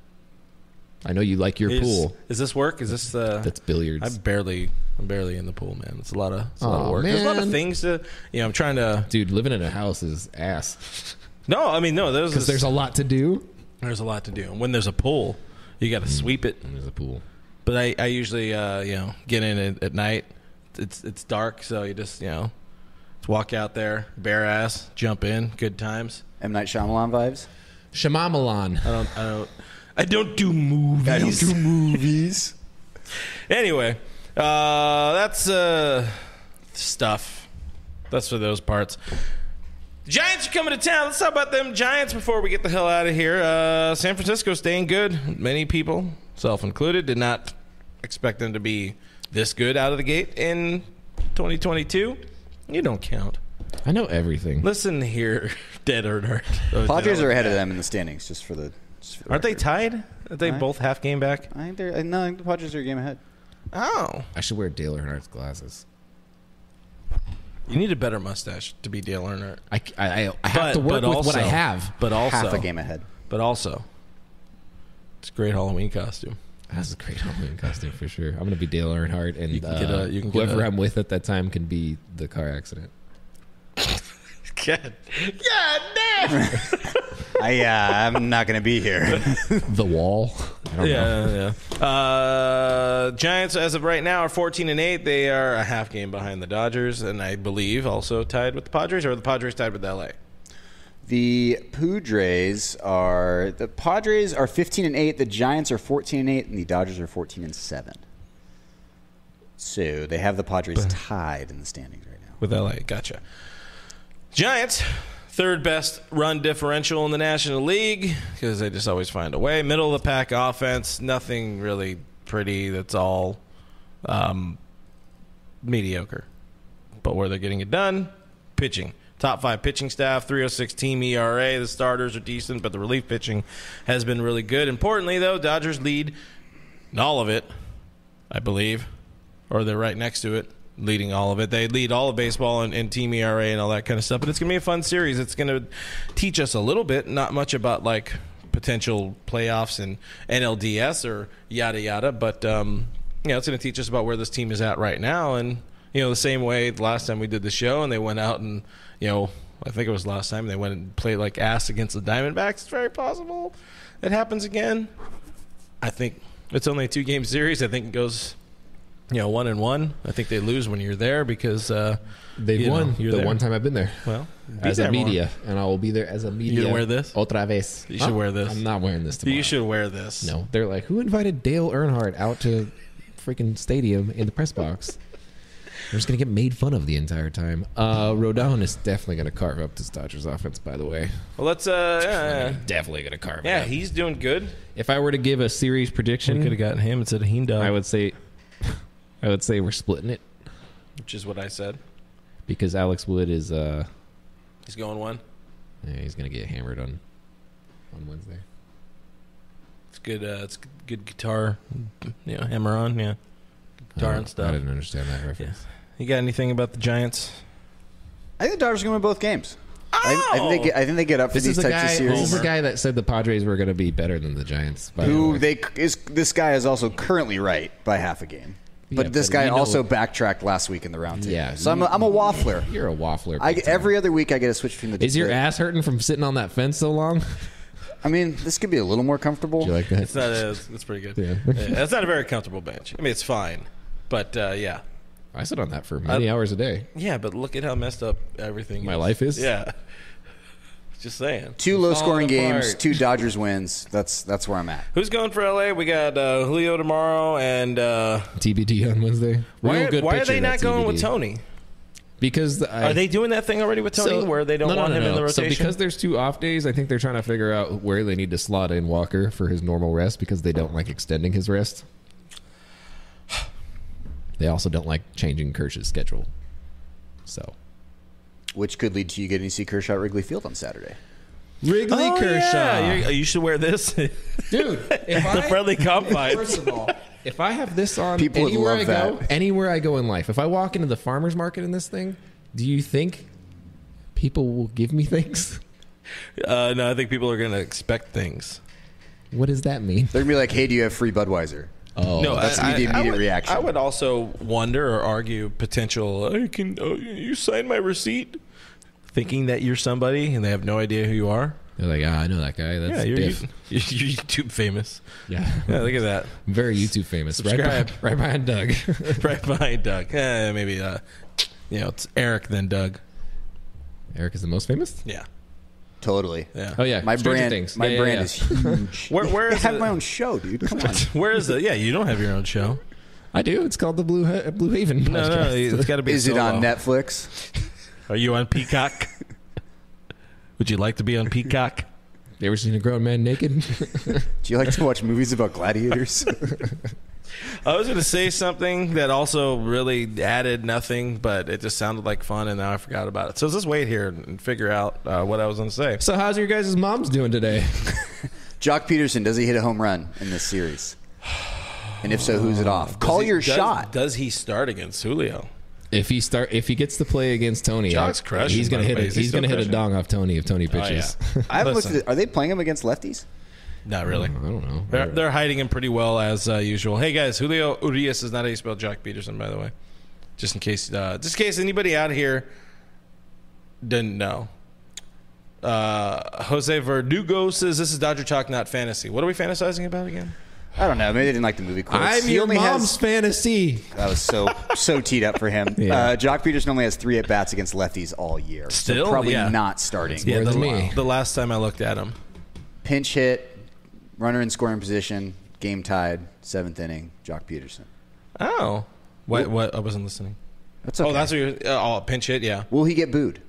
B: I know you like your
A: Is-
B: pool.
A: Is this work? Is this uh,
B: That's billiards.
A: I'm barely, I'm barely in the pool, man. It's a lot of, it's a lot of
B: Aw,
A: work. There's a lot of
B: man.
A: things to, you know. I'm trying to.
B: Dude, living in a house is ass
A: No, I mean, no. There's
B: because there's a lot to do.
A: there's a lot to do. And when there's a pool, you got to sweep it.
B: There's a pool.
A: But I, I usually, uh, you know, get in at, at night. It's it's dark, so you just, you know, just walk out there, bare ass, jump in, good times.
C: M Night Shyamalan vibes.
B: Shamamalan.
A: I don't, I don't, I don't do movies.
C: movies.
A: Anyway, uh, that's uh, stuff. That's for those parts. Giants are coming to town. Let's talk about them Giants before we get the hell out of here. Uh, San Francisco staying good. Many people, self included, did not expect them to be this good out of the gate in 2022. You don't count.
B: I know everything.
A: Listen here, dead or nerd. Oh,
C: Padres
A: dead.
C: are ahead of them in the standings, just for the. Just for the
A: Aren't they
C: record.
A: tied? Are they both half game back?
C: I think they're no. I think the Padres are a game ahead.
A: Oh,
B: I should wear Dale Earnhardt's glasses.
A: you need a better mustache to be Dale Earnhardt.
B: I, c- I- I- I have
A: But-
B: to work
A: but
B: with what I
A: also-
B: have.
A: But also
C: Half a game ahead.
A: But also, it's a great Halloween costume.
B: That's a great Halloween costume for sure. I'm gonna be Dale Earnhardt, and
A: You can get
B: uh,
A: a- you can get
B: whoever
A: a-
B: I'm with at that time can be the car accident.
A: God, God damn.
C: I uh, I'm not gonna be here.
B: The wall. I don't know.
A: Yeah, yeah. Uh, Giants, as of right now, are 14 and eight. They are a half game behind the Dodgers, and I believe also tied with the Padres, or the Padres tied with LA.
C: the Padres are the Padres are 15 and eight. The Giants are 14 and eight, and the Dodgers are 14 and seven. So they have the Padres tied in the standings right now.
A: With LA, gotcha. Giants, third best run differential in the National League because they just always find a way. Middle of the pack offense, nothing really pretty. That's all um, mediocre. But where they're getting it done, pitching. Top five pitching staff, 306 team ERA. The starters are decent, but the relief pitching has been really good. Importantly, though, Dodgers lead in all of it, I believe, or they're right next to it, leading all of it. They lead all of baseball and, and team ERA and all that kind of stuff. But it's going to be a fun series. It's going to teach us a little bit, not much about like potential playoffs and NLDS or yada yada, but um, you know, it's going to teach us about where this team is at right now. And you know, the same way the last time we did the show, and they went out and you know. I think it was last time they went and played like ass against the Diamondbacks. It's very possible it happens again. I think it's only a two game series. I think it goes, you know, one and one. I think they lose when you're there because uh,
B: They've
A: you
B: won
A: know, you're
B: the
A: there.
B: one time I've been there.
A: Well, be
B: as a
A: there more.
B: media, and I will be there as a media.
A: gonna wear this?
B: Otra vez.
A: You should wear this.
B: I'm not wearing this tomorrow.
A: You should wear this.
B: No, they're like, who invited Dale Earnhardt out to freaking stadium in the press box? They're just gonna get made fun of the entire time. Uh, Rodon is definitely gonna carve up this Dodgers offense. By the way,
A: Well, let's. Uh, yeah,
B: definitely gonna carve
A: yeah,
B: it up.
A: he's doing good.
B: if I were to give a series prediction,
A: gotten him instead of Heimdall.
B: I would say, I would say we're splitting it
A: which is what I said.
B: because Alex Wood is uh,
A: He's going one.
B: yeah, he's gonna get hammered on on Wednesday.
A: It's good. Uh, it's good guitar. You know, hammer on. Yeah,
B: I don't-
A: guitar and
B: Uh, I
A: stuff.
B: didn't understand that reference.
A: You got anything about the Giants?
C: I think the Dodgers are going to win both games. I, I, think they get, I think they get up for
B: This
C: these
B: is the
C: types
B: guy.
C: of
B: This is
C: series.
B: the guy that said the Padres were going to be better than the Giants. By the
C: Who
B: way.
C: they is this guy is also currently right by half a game, but
B: Yeah,
C: this
B: but
C: guy
B: you know-
C: also backtracked last week in the round table.
B: Yeah,
C: so I'm a, I'm a waffler.
B: You're a waffler.
C: I,
B: big time.
C: every other week I get a switch between the.
B: Is your
C: the-
B: ass hurting from sitting on that fence so long?
C: I mean, this could be a little more comfortable.
B: Do you like that?
A: It's not. A, it's pretty good.
B: Yeah.
A: Yeah, that's not a very comfortable bench. I mean, it's fine, but uh, yeah,
B: I sit on that for many hours a day.
A: yeah. But look at how messed up everything.
B: My life is?
A: Yeah. Just saying.
C: Two low
A: Falling
C: scoring games,
A: apart.
C: two Dodgers wins. That's that's where I'm at.
A: Who's going for LA? We got uh, Julio tomorrow, and uh,
B: TBD on Wednesday. Real
A: why,
B: good
A: why are
B: pitcher,
A: they not
B: that
A: going
B: TBD.
A: with Tony?
B: Because the, I,
A: Are they doing that thing already with Tony,
B: so-
A: where they don't
B: no, no,
A: want
B: no,
A: him in
B: no.
A: the rotation?
B: So because there's two off days, I think they're trying to figure out where they need to slot in Walker for his normal rest because they don't like extending his rest. They also don't like changing Kirsch's schedule. So
C: Which could lead to you getting to see Kershaw at Wrigley Field on Saturday.
B: Wrigley
A: oh,
B: Kershaw,
A: yeah. You- you should wear this. the
B: dude. If I,
A: friendly combine.
B: First of all, if I have this on
C: People would
B: anywhere
C: love
B: I go,
C: that.
B: anywhere I go in life, if I walk into the farmer's market in this thing, do you think people will give me things?
A: Uh, no, I think people are going to expect things.
B: What does that mean?
C: They're gonna be like, "Hey, do you have free Budweiser?"
B: Oh,
A: no,
C: that's
A: I-
C: gonna be the
A: I- I
C: immediate
A: would-
C: reaction.
A: I would also wonder or argue potential. I can oh, you sign my receipt, thinking that you're somebody and they have no idea who you are.
B: they're like, ah, I know that guy. That's
A: yeah, you're,
B: Diff."
A: you, you're YouTube famous.
B: yeah.
A: Yeah, look at that.
B: Very YouTube famous. Right,
A: Subscribe.
B: behind, right behind Doug.
A: right behind Doug. Eh, maybe uh, you know it's Eric then Doug.
B: Eric is the most famous.
A: Yeah,
C: Totally.
A: yeah.
B: Oh yeah,
C: My
B: Stranger
C: brand,
B: Things.
C: my
B: Yeah, yeah,
C: brand
B: yeah.
C: is huge.
A: Where- where
C: I
A: is
C: have
A: it?
C: my own show, dude. Come on.
A: Where is the? Yeah, you don't have your own show.
B: I do. It's called the Blue Ha- Blue Haven.
A: No, no,
B: Podcast.
A: it's got to be. a
C: Is it on
A: solo.
C: Netflix?
A: Are you on Peacock? Would you like to be on Peacock?
B: You ever seen a grown man naked?
C: Do you like to watch movies about gladiators?
A: I was going to say something that also really added nothing, but it just sounded like fun, and now I forgot about it. So let's just wait here and figure out uh, what I was going to say.
B: so how's your guys' moms doing today?
C: Jock Peterson, does he hit a home run in this series? And if so, who's it off?
A: Does
C: Call
A: he-
C: your
A: does-
C: shot.
A: Does he start against Julio?
B: If he start, if he gets to play against Tony,
A: Jock's
B: I-
A: crushing,
B: he's
A: by
B: gonna
A: the
B: hit. A,
A: way.
B: he's
A: Is he still
B: gonna hit a
A: crushing?
B: dong off Tony if Tony
A: Oh, yeah.
B: pitches.
C: I haven't looked
A: Listen.
C: at, Are they playing him against lefties?
A: Not really.
B: I don't know.
A: They're, they're hiding him pretty well as uh, usual. Hey guys, Julio Urias is not how you spell Jock Peterson, by the way. Just in case, uh, just in case anybody out here didn't know. Uh, Jose Verdugo says this is Dodger talk, not fantasy. What are we fantasizing about again?
C: I don't know. Maybe they didn't like the movie. Quotes.
B: I'm
C: He
B: your
C: only
B: mom's
C: has-
B: fantasy.
C: That was so so teed up for him.
B: Yeah.
C: Uh, Jock Peterson only has three at bats against lefties all year. So
A: Still?
C: probably
A: Yeah.
C: not starting.
B: Yeah. More
A: the,
B: than me.
A: the last time I looked at him,
C: Pinch hit, runner in scoring position, game tied, seventh inning. Jock Peterson.
A: oh, what? What? I wasn't listening.
C: That's okay.
A: Oh, that's what you're. Uh, oh, pinch hit. Yeah.
C: Will he get booed?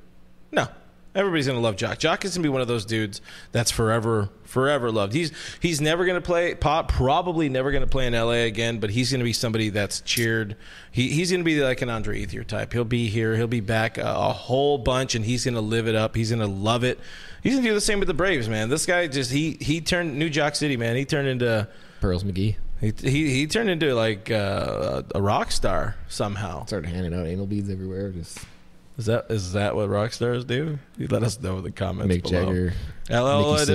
A: No. Everybody's gonna love Jock. Jock is gonna be one of those dudes that's forever, forever loved. He's he's never gonna play pop. Probably never gonna play in LA again. But he's gonna be somebody that's cheered. He, he's gonna be like an Andre Ethier type. He'll be here. He'll be back a, a whole bunch, and he's gonna live it up. He's gonna love it. He's gonna do the same with the Braves, man. This guy just he he turned New Jock City, man. He turned into
B: Pearls McGee
A: he he, he turned into like uh, a rock star somehow.
B: started handing out anal beads everywhere. Just
A: Is that is that what rock stars do? You let us know in the comments
B: Mick
A: below.
B: Jagger, Nikki Sixx.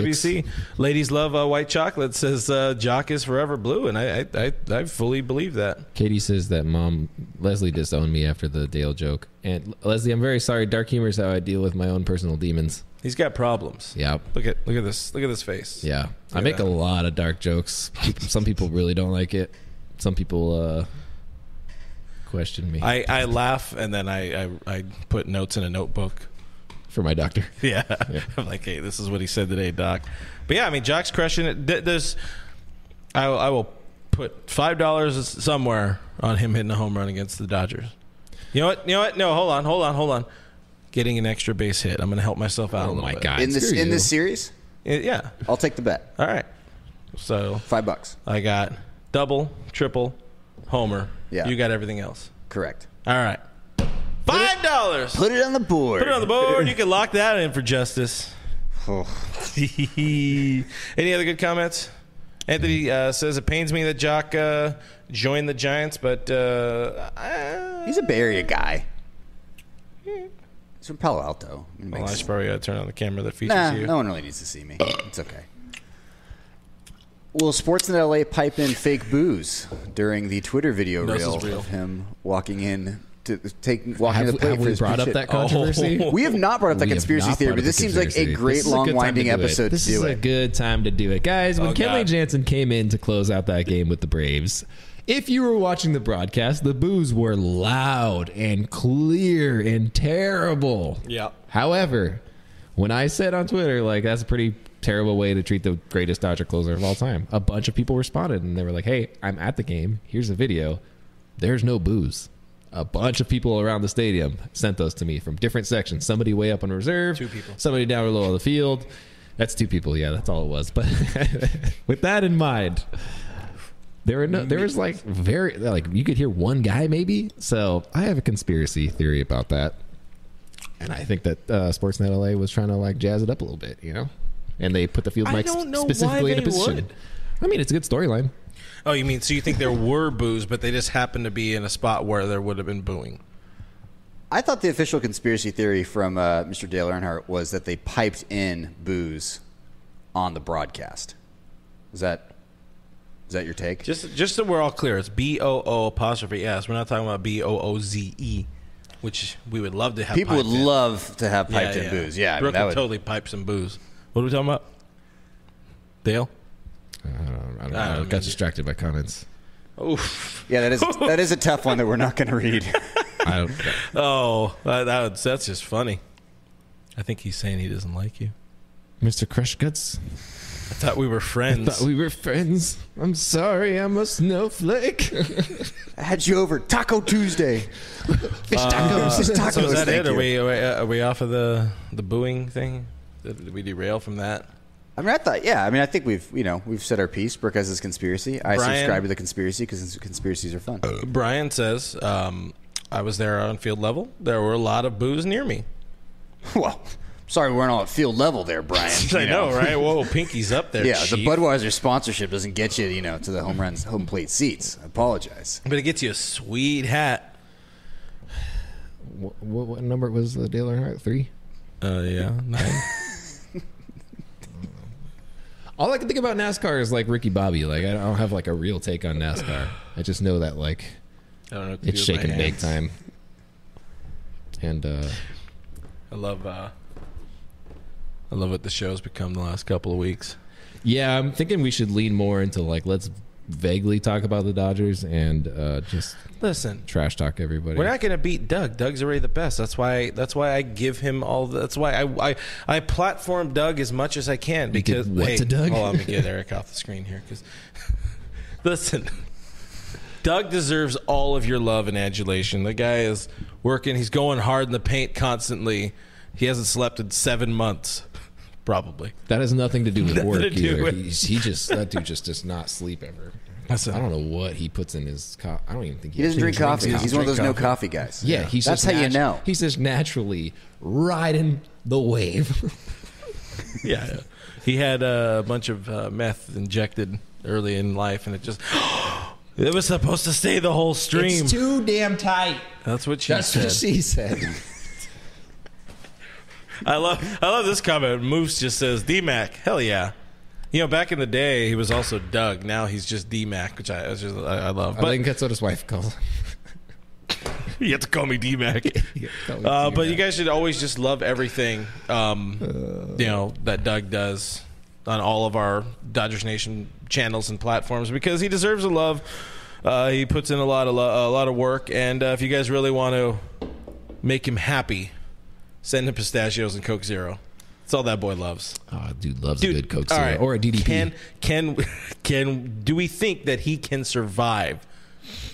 A: LLWC. Ladies love uh, white chocolate. Says uh, Jock is forever blue, and I I, I I fully believe that.
B: Katie says that mom Leslie disowned me after the Dale joke. And Leslie, I'm very sorry. Dark humor is how I deal with my own personal demons.
A: He's got problems.
B: Yeah.
A: Look at look at this look at this face.
B: Yeah. I
A: Yeah.
B: make a lot of dark jokes. Some people really don't like it. Some people uh, question me
A: I, I laugh and then I, I I put notes in a notebook.
B: for my doctor.
A: Yeah. I'm like, hey, this is what he said today, Doc. But yeah, I mean, Jock's crushing it. Th- There's, I, will- I will put five dollars somewhere on him hitting a home run against the Dodgers. You know what? You know what? No, hold on, hold on, hold on. Getting an extra base hit. I'm going to help myself out a
B: Oh
A: little
B: my
A: bit.
B: god!
C: in this
B: screw
C: in
B: you.
C: this series.
A: Y- Yeah.
C: I'll take the bet.
A: All right. So
C: Five bucks.
A: I got double, triple, homer.
C: Yeah.
A: You got everything else.
C: Correct.
A: All right. Five dollars. Put
C: Put it on the board.
A: it on the board. You can lock that in for justice. Any other good comments? Anthony uh, says it pains me that Jock uh, joined the Giants, but uh, I,
C: He's a Bay Area guy. He's from Palo Alto. It
A: well, I
C: makes-
A: should probably uh, turn on the camera that features
C: nah,
A: you.
C: no one really needs to see me. It's okay. Will Sportsnet LA pipe in fake booze during the Twitter video
A: No, this
C: reel,
A: is real.
C: of him walking in to take walking
B: Have,
C: to the plate
B: have
C: for
B: we
C: his
B: brought up
C: pitch
B: that
C: hit?
B: controversy?
A: Oh.
C: We have not brought up that
B: We have
C: conspiracy
B: not
C: theory,
B: brought
C: but
B: up
C: this
B: the
C: seems like a
B: conspiracy.
C: great
B: This is a
C: long
B: good time
C: winding
B: to do it.
C: episode
B: This
C: to
B: is
C: do
B: a
C: it.
B: good time to do it, guys. When
A: Oh,
B: Kenley
A: God.
B: Jansen came in to close out that game with the Braves, if you were watching the broadcast, the boos were loud and clear and terrible.
A: Yeah.
B: However, when I said on Twitter, like that's a pretty terrible way to treat the greatest Dodger closer of all time, a bunch of people responded and they were like, "Hey, I'm at the game. Here's a video. There's no booze." A bunch of people around the stadium sent those to me from different sections. Somebody way up on reserve,
A: Two people.
B: somebody down below on the field. That's two people. Yeah, that's all it was. But with that in mind, there were no, there was like very like you could hear one guy maybe. So I have a conspiracy theory about that, and I think that uh, Sportsnet LA was trying to like jazz it up a little bit, you know, and they put the field
A: I
B: mics
A: don't know why
B: specifically in a
A: they
B: position.
A: would.
B: I mean, it's a good storyline.
A: Oh, you mean so you think there were boos, but they just happened to be in a spot where there would have been booing?
C: I thought the official conspiracy theory from uh, Mr. Dale Earnhardt was that they piped in booze on the broadcast. Is that is that your take?
A: Just, just so we're all clear, it's B O O apostrophe S. We're not talking about B O O Z E, which we would love to have.
C: People would
A: piped in.
C: love to have piped in booze. Yeah, I mean,
A: Brooklyn
C: that would-
A: totally pipes and booze. What are we talking about? Dale.
B: I don't, know. I don't know.
A: I
B: I,
A: don't
B: got
A: know.
B: distracted by comments.
A: Oof.
C: yeah, that is that is a tough one that we're not going to read.
B: I don't.
A: Oh, that, that- that's just funny. I think he's saying he doesn't like you.
B: Mr. Crush Guts
A: I thought we were friends.
B: thought we were friends. I'm sorry, I'm a snowflake.
C: I had you over Taco Tuesday.
B: Fish tacos.
C: This is tacos.
A: Uh, so is that it?
C: thank
A: Are
C: you.
A: we, are we are we off of the the booing thing? Did did we derail from that?
C: I mean, I thought, yeah. I mean, I think we've, you know, we've said our piece. Brooke has his conspiracy. I
A: Brian-
C: subscribe to the conspiracy because conspiracies are fun.
A: Uh. Brian says, um, I was there on field level. There were a lot of boos near me.
C: well, sorry we weren't all at field level there, Brian.
A: I
C: you
A: know, right? Whoa, Pinky's up there.
C: Yeah, the
A: chief.
C: Budweiser sponsorship doesn't get you, you know, to the home runs, home plate seats. I apologize.
A: but it gets you a sweet hat.
B: what, what, what number was the Dale Earnhardt? Three.
C: Oh,
A: Uh, yeah, nine.
B: All I can think about NASCAR is like Ricky Bobby. Like I don't have like a real take on NASCAR. I just know that like
A: I don't know. What to
B: it's
A: do
B: shake
A: with my
B: and bake
A: hands.
B: time. And uh,
A: I love. Uh, I love what the show's become the last couple of weeks.
B: yeah, I'm thinking we should lean more into like let's vaguely talk about the Dodgers and uh, just
A: Listen,
B: trash talk everybody.
A: We're not going to beat Doug. Doug's already the best. That's why. That's why I give him all. The, that's why I, I I platform Doug as much as I can
B: did
A: because
B: what
A: hey,
B: to Doug?
A: Hold on, let me get Eric off the screen here. Because listen, Doug deserves all of your love and adulation. The guy is working. He's going hard in the paint constantly. He hasn't slept in seven months, probably.
B: that has nothing to do with
A: Nothing
B: work
A: to do
B: either.
A: with-
B: He's, he just that dude just does not sleep ever.
A: That's it.
B: I don't know what he puts in his. Co- I don't even think he,
C: He doesn't drink
B: drinks
C: coffee. He's one of those no coffee guys.
B: Yeah, he's
C: that's
B: just
C: how you
B: natu-
C: know.
B: He's just naturally riding the wave.
A: yeah, yeah. he had uh, a bunch of uh, meth injected early in life, and it just. It was supposed to stay the whole stream.
B: It's too damn tight.
A: That's what she
B: That's
A: said.
B: what she said.
A: I love I love this comment. Moose just says D Mac. Hell yeah. You know, back in the day, he was also Doug. Now he's just D Mac, which I I, just, I, I love.
B: I
A: But
B: think that's what his wife calls. him.
A: you have to call me D Mac.
B: Yeah, call me
A: uh, but
B: D-Mac.
A: you guys should always just love everything, um,
B: Uh.
A: you know, that Doug does on all of our Dodgers Nation channels and platforms because he deserves a love. Uh, he puts in a lot of lo- a lot of work, and uh, if you guys really want to make him happy, send him pistachios and Coke Zero. It's all that boy loves.
B: Oh, dude loves
A: Dude,
B: a good Coke
A: all
B: Zero
A: right.
B: or a DDP.
A: Can can can do we think that he can survive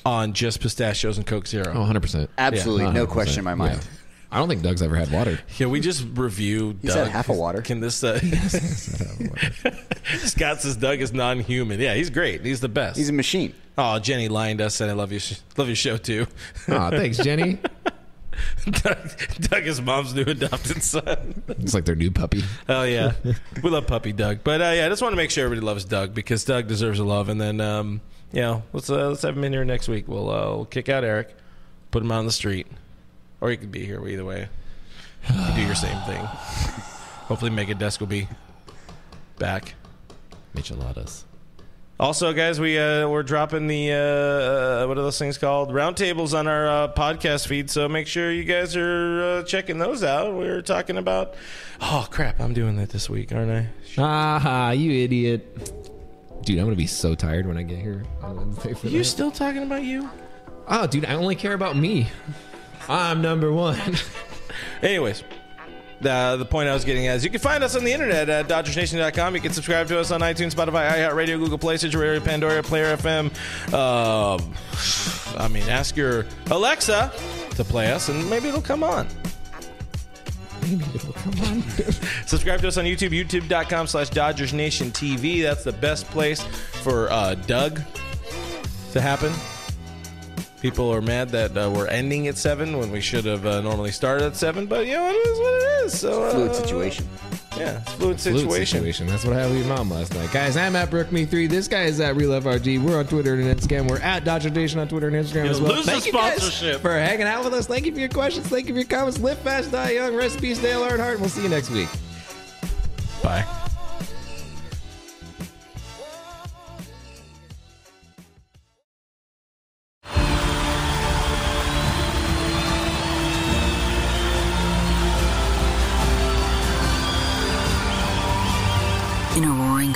A: on just pistachios and Coke Zero.
B: Oh, 100%.
C: Absolutely,
B: Yeah,
C: no question in my
B: 100%.
C: mind.
B: Yeah. I don't think Doug's ever had water.
A: Can we just review?
C: He's
A: Doug?
C: had half a water.
A: Can this? Uh, Scott says Doug is non-human. Yeah, he's great. He's the best.
C: He's a machine.
A: oh, Jenny lined us, and I love you. Love your show too.
B: Aw, Ah, thanks, Jenny.
A: Doug, Doug is mom's new adopted son.
B: It's like their new puppy.
A: Oh yeah, we love puppy Doug. But uh, yeah, I just want to make sure everybody loves Doug because Doug deserves a love. And then um, you know, let's uh, let's have him in here next week. We'll, uh, we'll kick out Eric, put him out on the street, or he could be here either way. You can do your same thing. Hopefully, Megadesk will be back.
B: Micheladas.
A: Also, guys, we uh, we're dropping the uh, uh, what are those things called? Roundtables on our uh, podcast feed, so make sure you guys are uh, checking those out. We were talking about. Oh crap! I'm doing that this week, aren't I?
B: Ah, you idiot. Dude, I'm going to be so tired when I get here on Wednesday for
A: You
B: this.
A: still talking about you?
B: Oh, dude, I only care about me. I'm number one.
A: Anyways, uh, the point I was getting at is you can find us on the internet at DodgersNation.com. You can subscribe to us on iTunes, Spotify, iHeartRadio, Google Play, Stitcher Radio, Pandora, Player FM. Um I mean, ask your Alexa to play us, and maybe it'll come on. Subscribe to us on YouTube, youtube.com slash Dodgers Nation TV. That's the best place for uh, Doug to happen. People are mad that uh, we're ending at 7 when we should have uh, normally started at 7, but you know, it is what it is. So, uh,
C: Fluid situation.
A: Yeah, it's a fluid,
B: Fluid
A: situation.
B: situation. That's what I had with your mom last night. Guys, I'm at BrookMe3. This guy is at RealFRG. We're on Twitter and Instagram. We're at Dodger Nation on Twitter and Instagram as well.
A: lose the
B: Thank you guys
A: sponsorship.
B: for hanging out with us. Thank you for your questions. Thank you for your comments. Live fast, die young. Rest in peace, Dale Earnhardt. We'll see you next week.
A: Bye.
D: In a roaring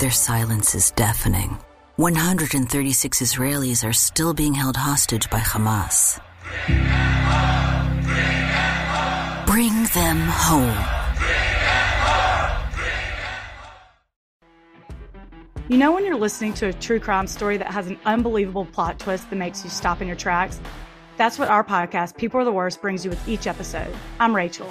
D: their silence is deafening. 136 Israelis are still being held hostage by Hamas. Bring them home.
E: You know when you're listening to a true crime story that has an unbelievable plot twist that makes you stop in your tracks? That's what our podcast, People Are the Worst, brings you with each episode. I'm Rachel.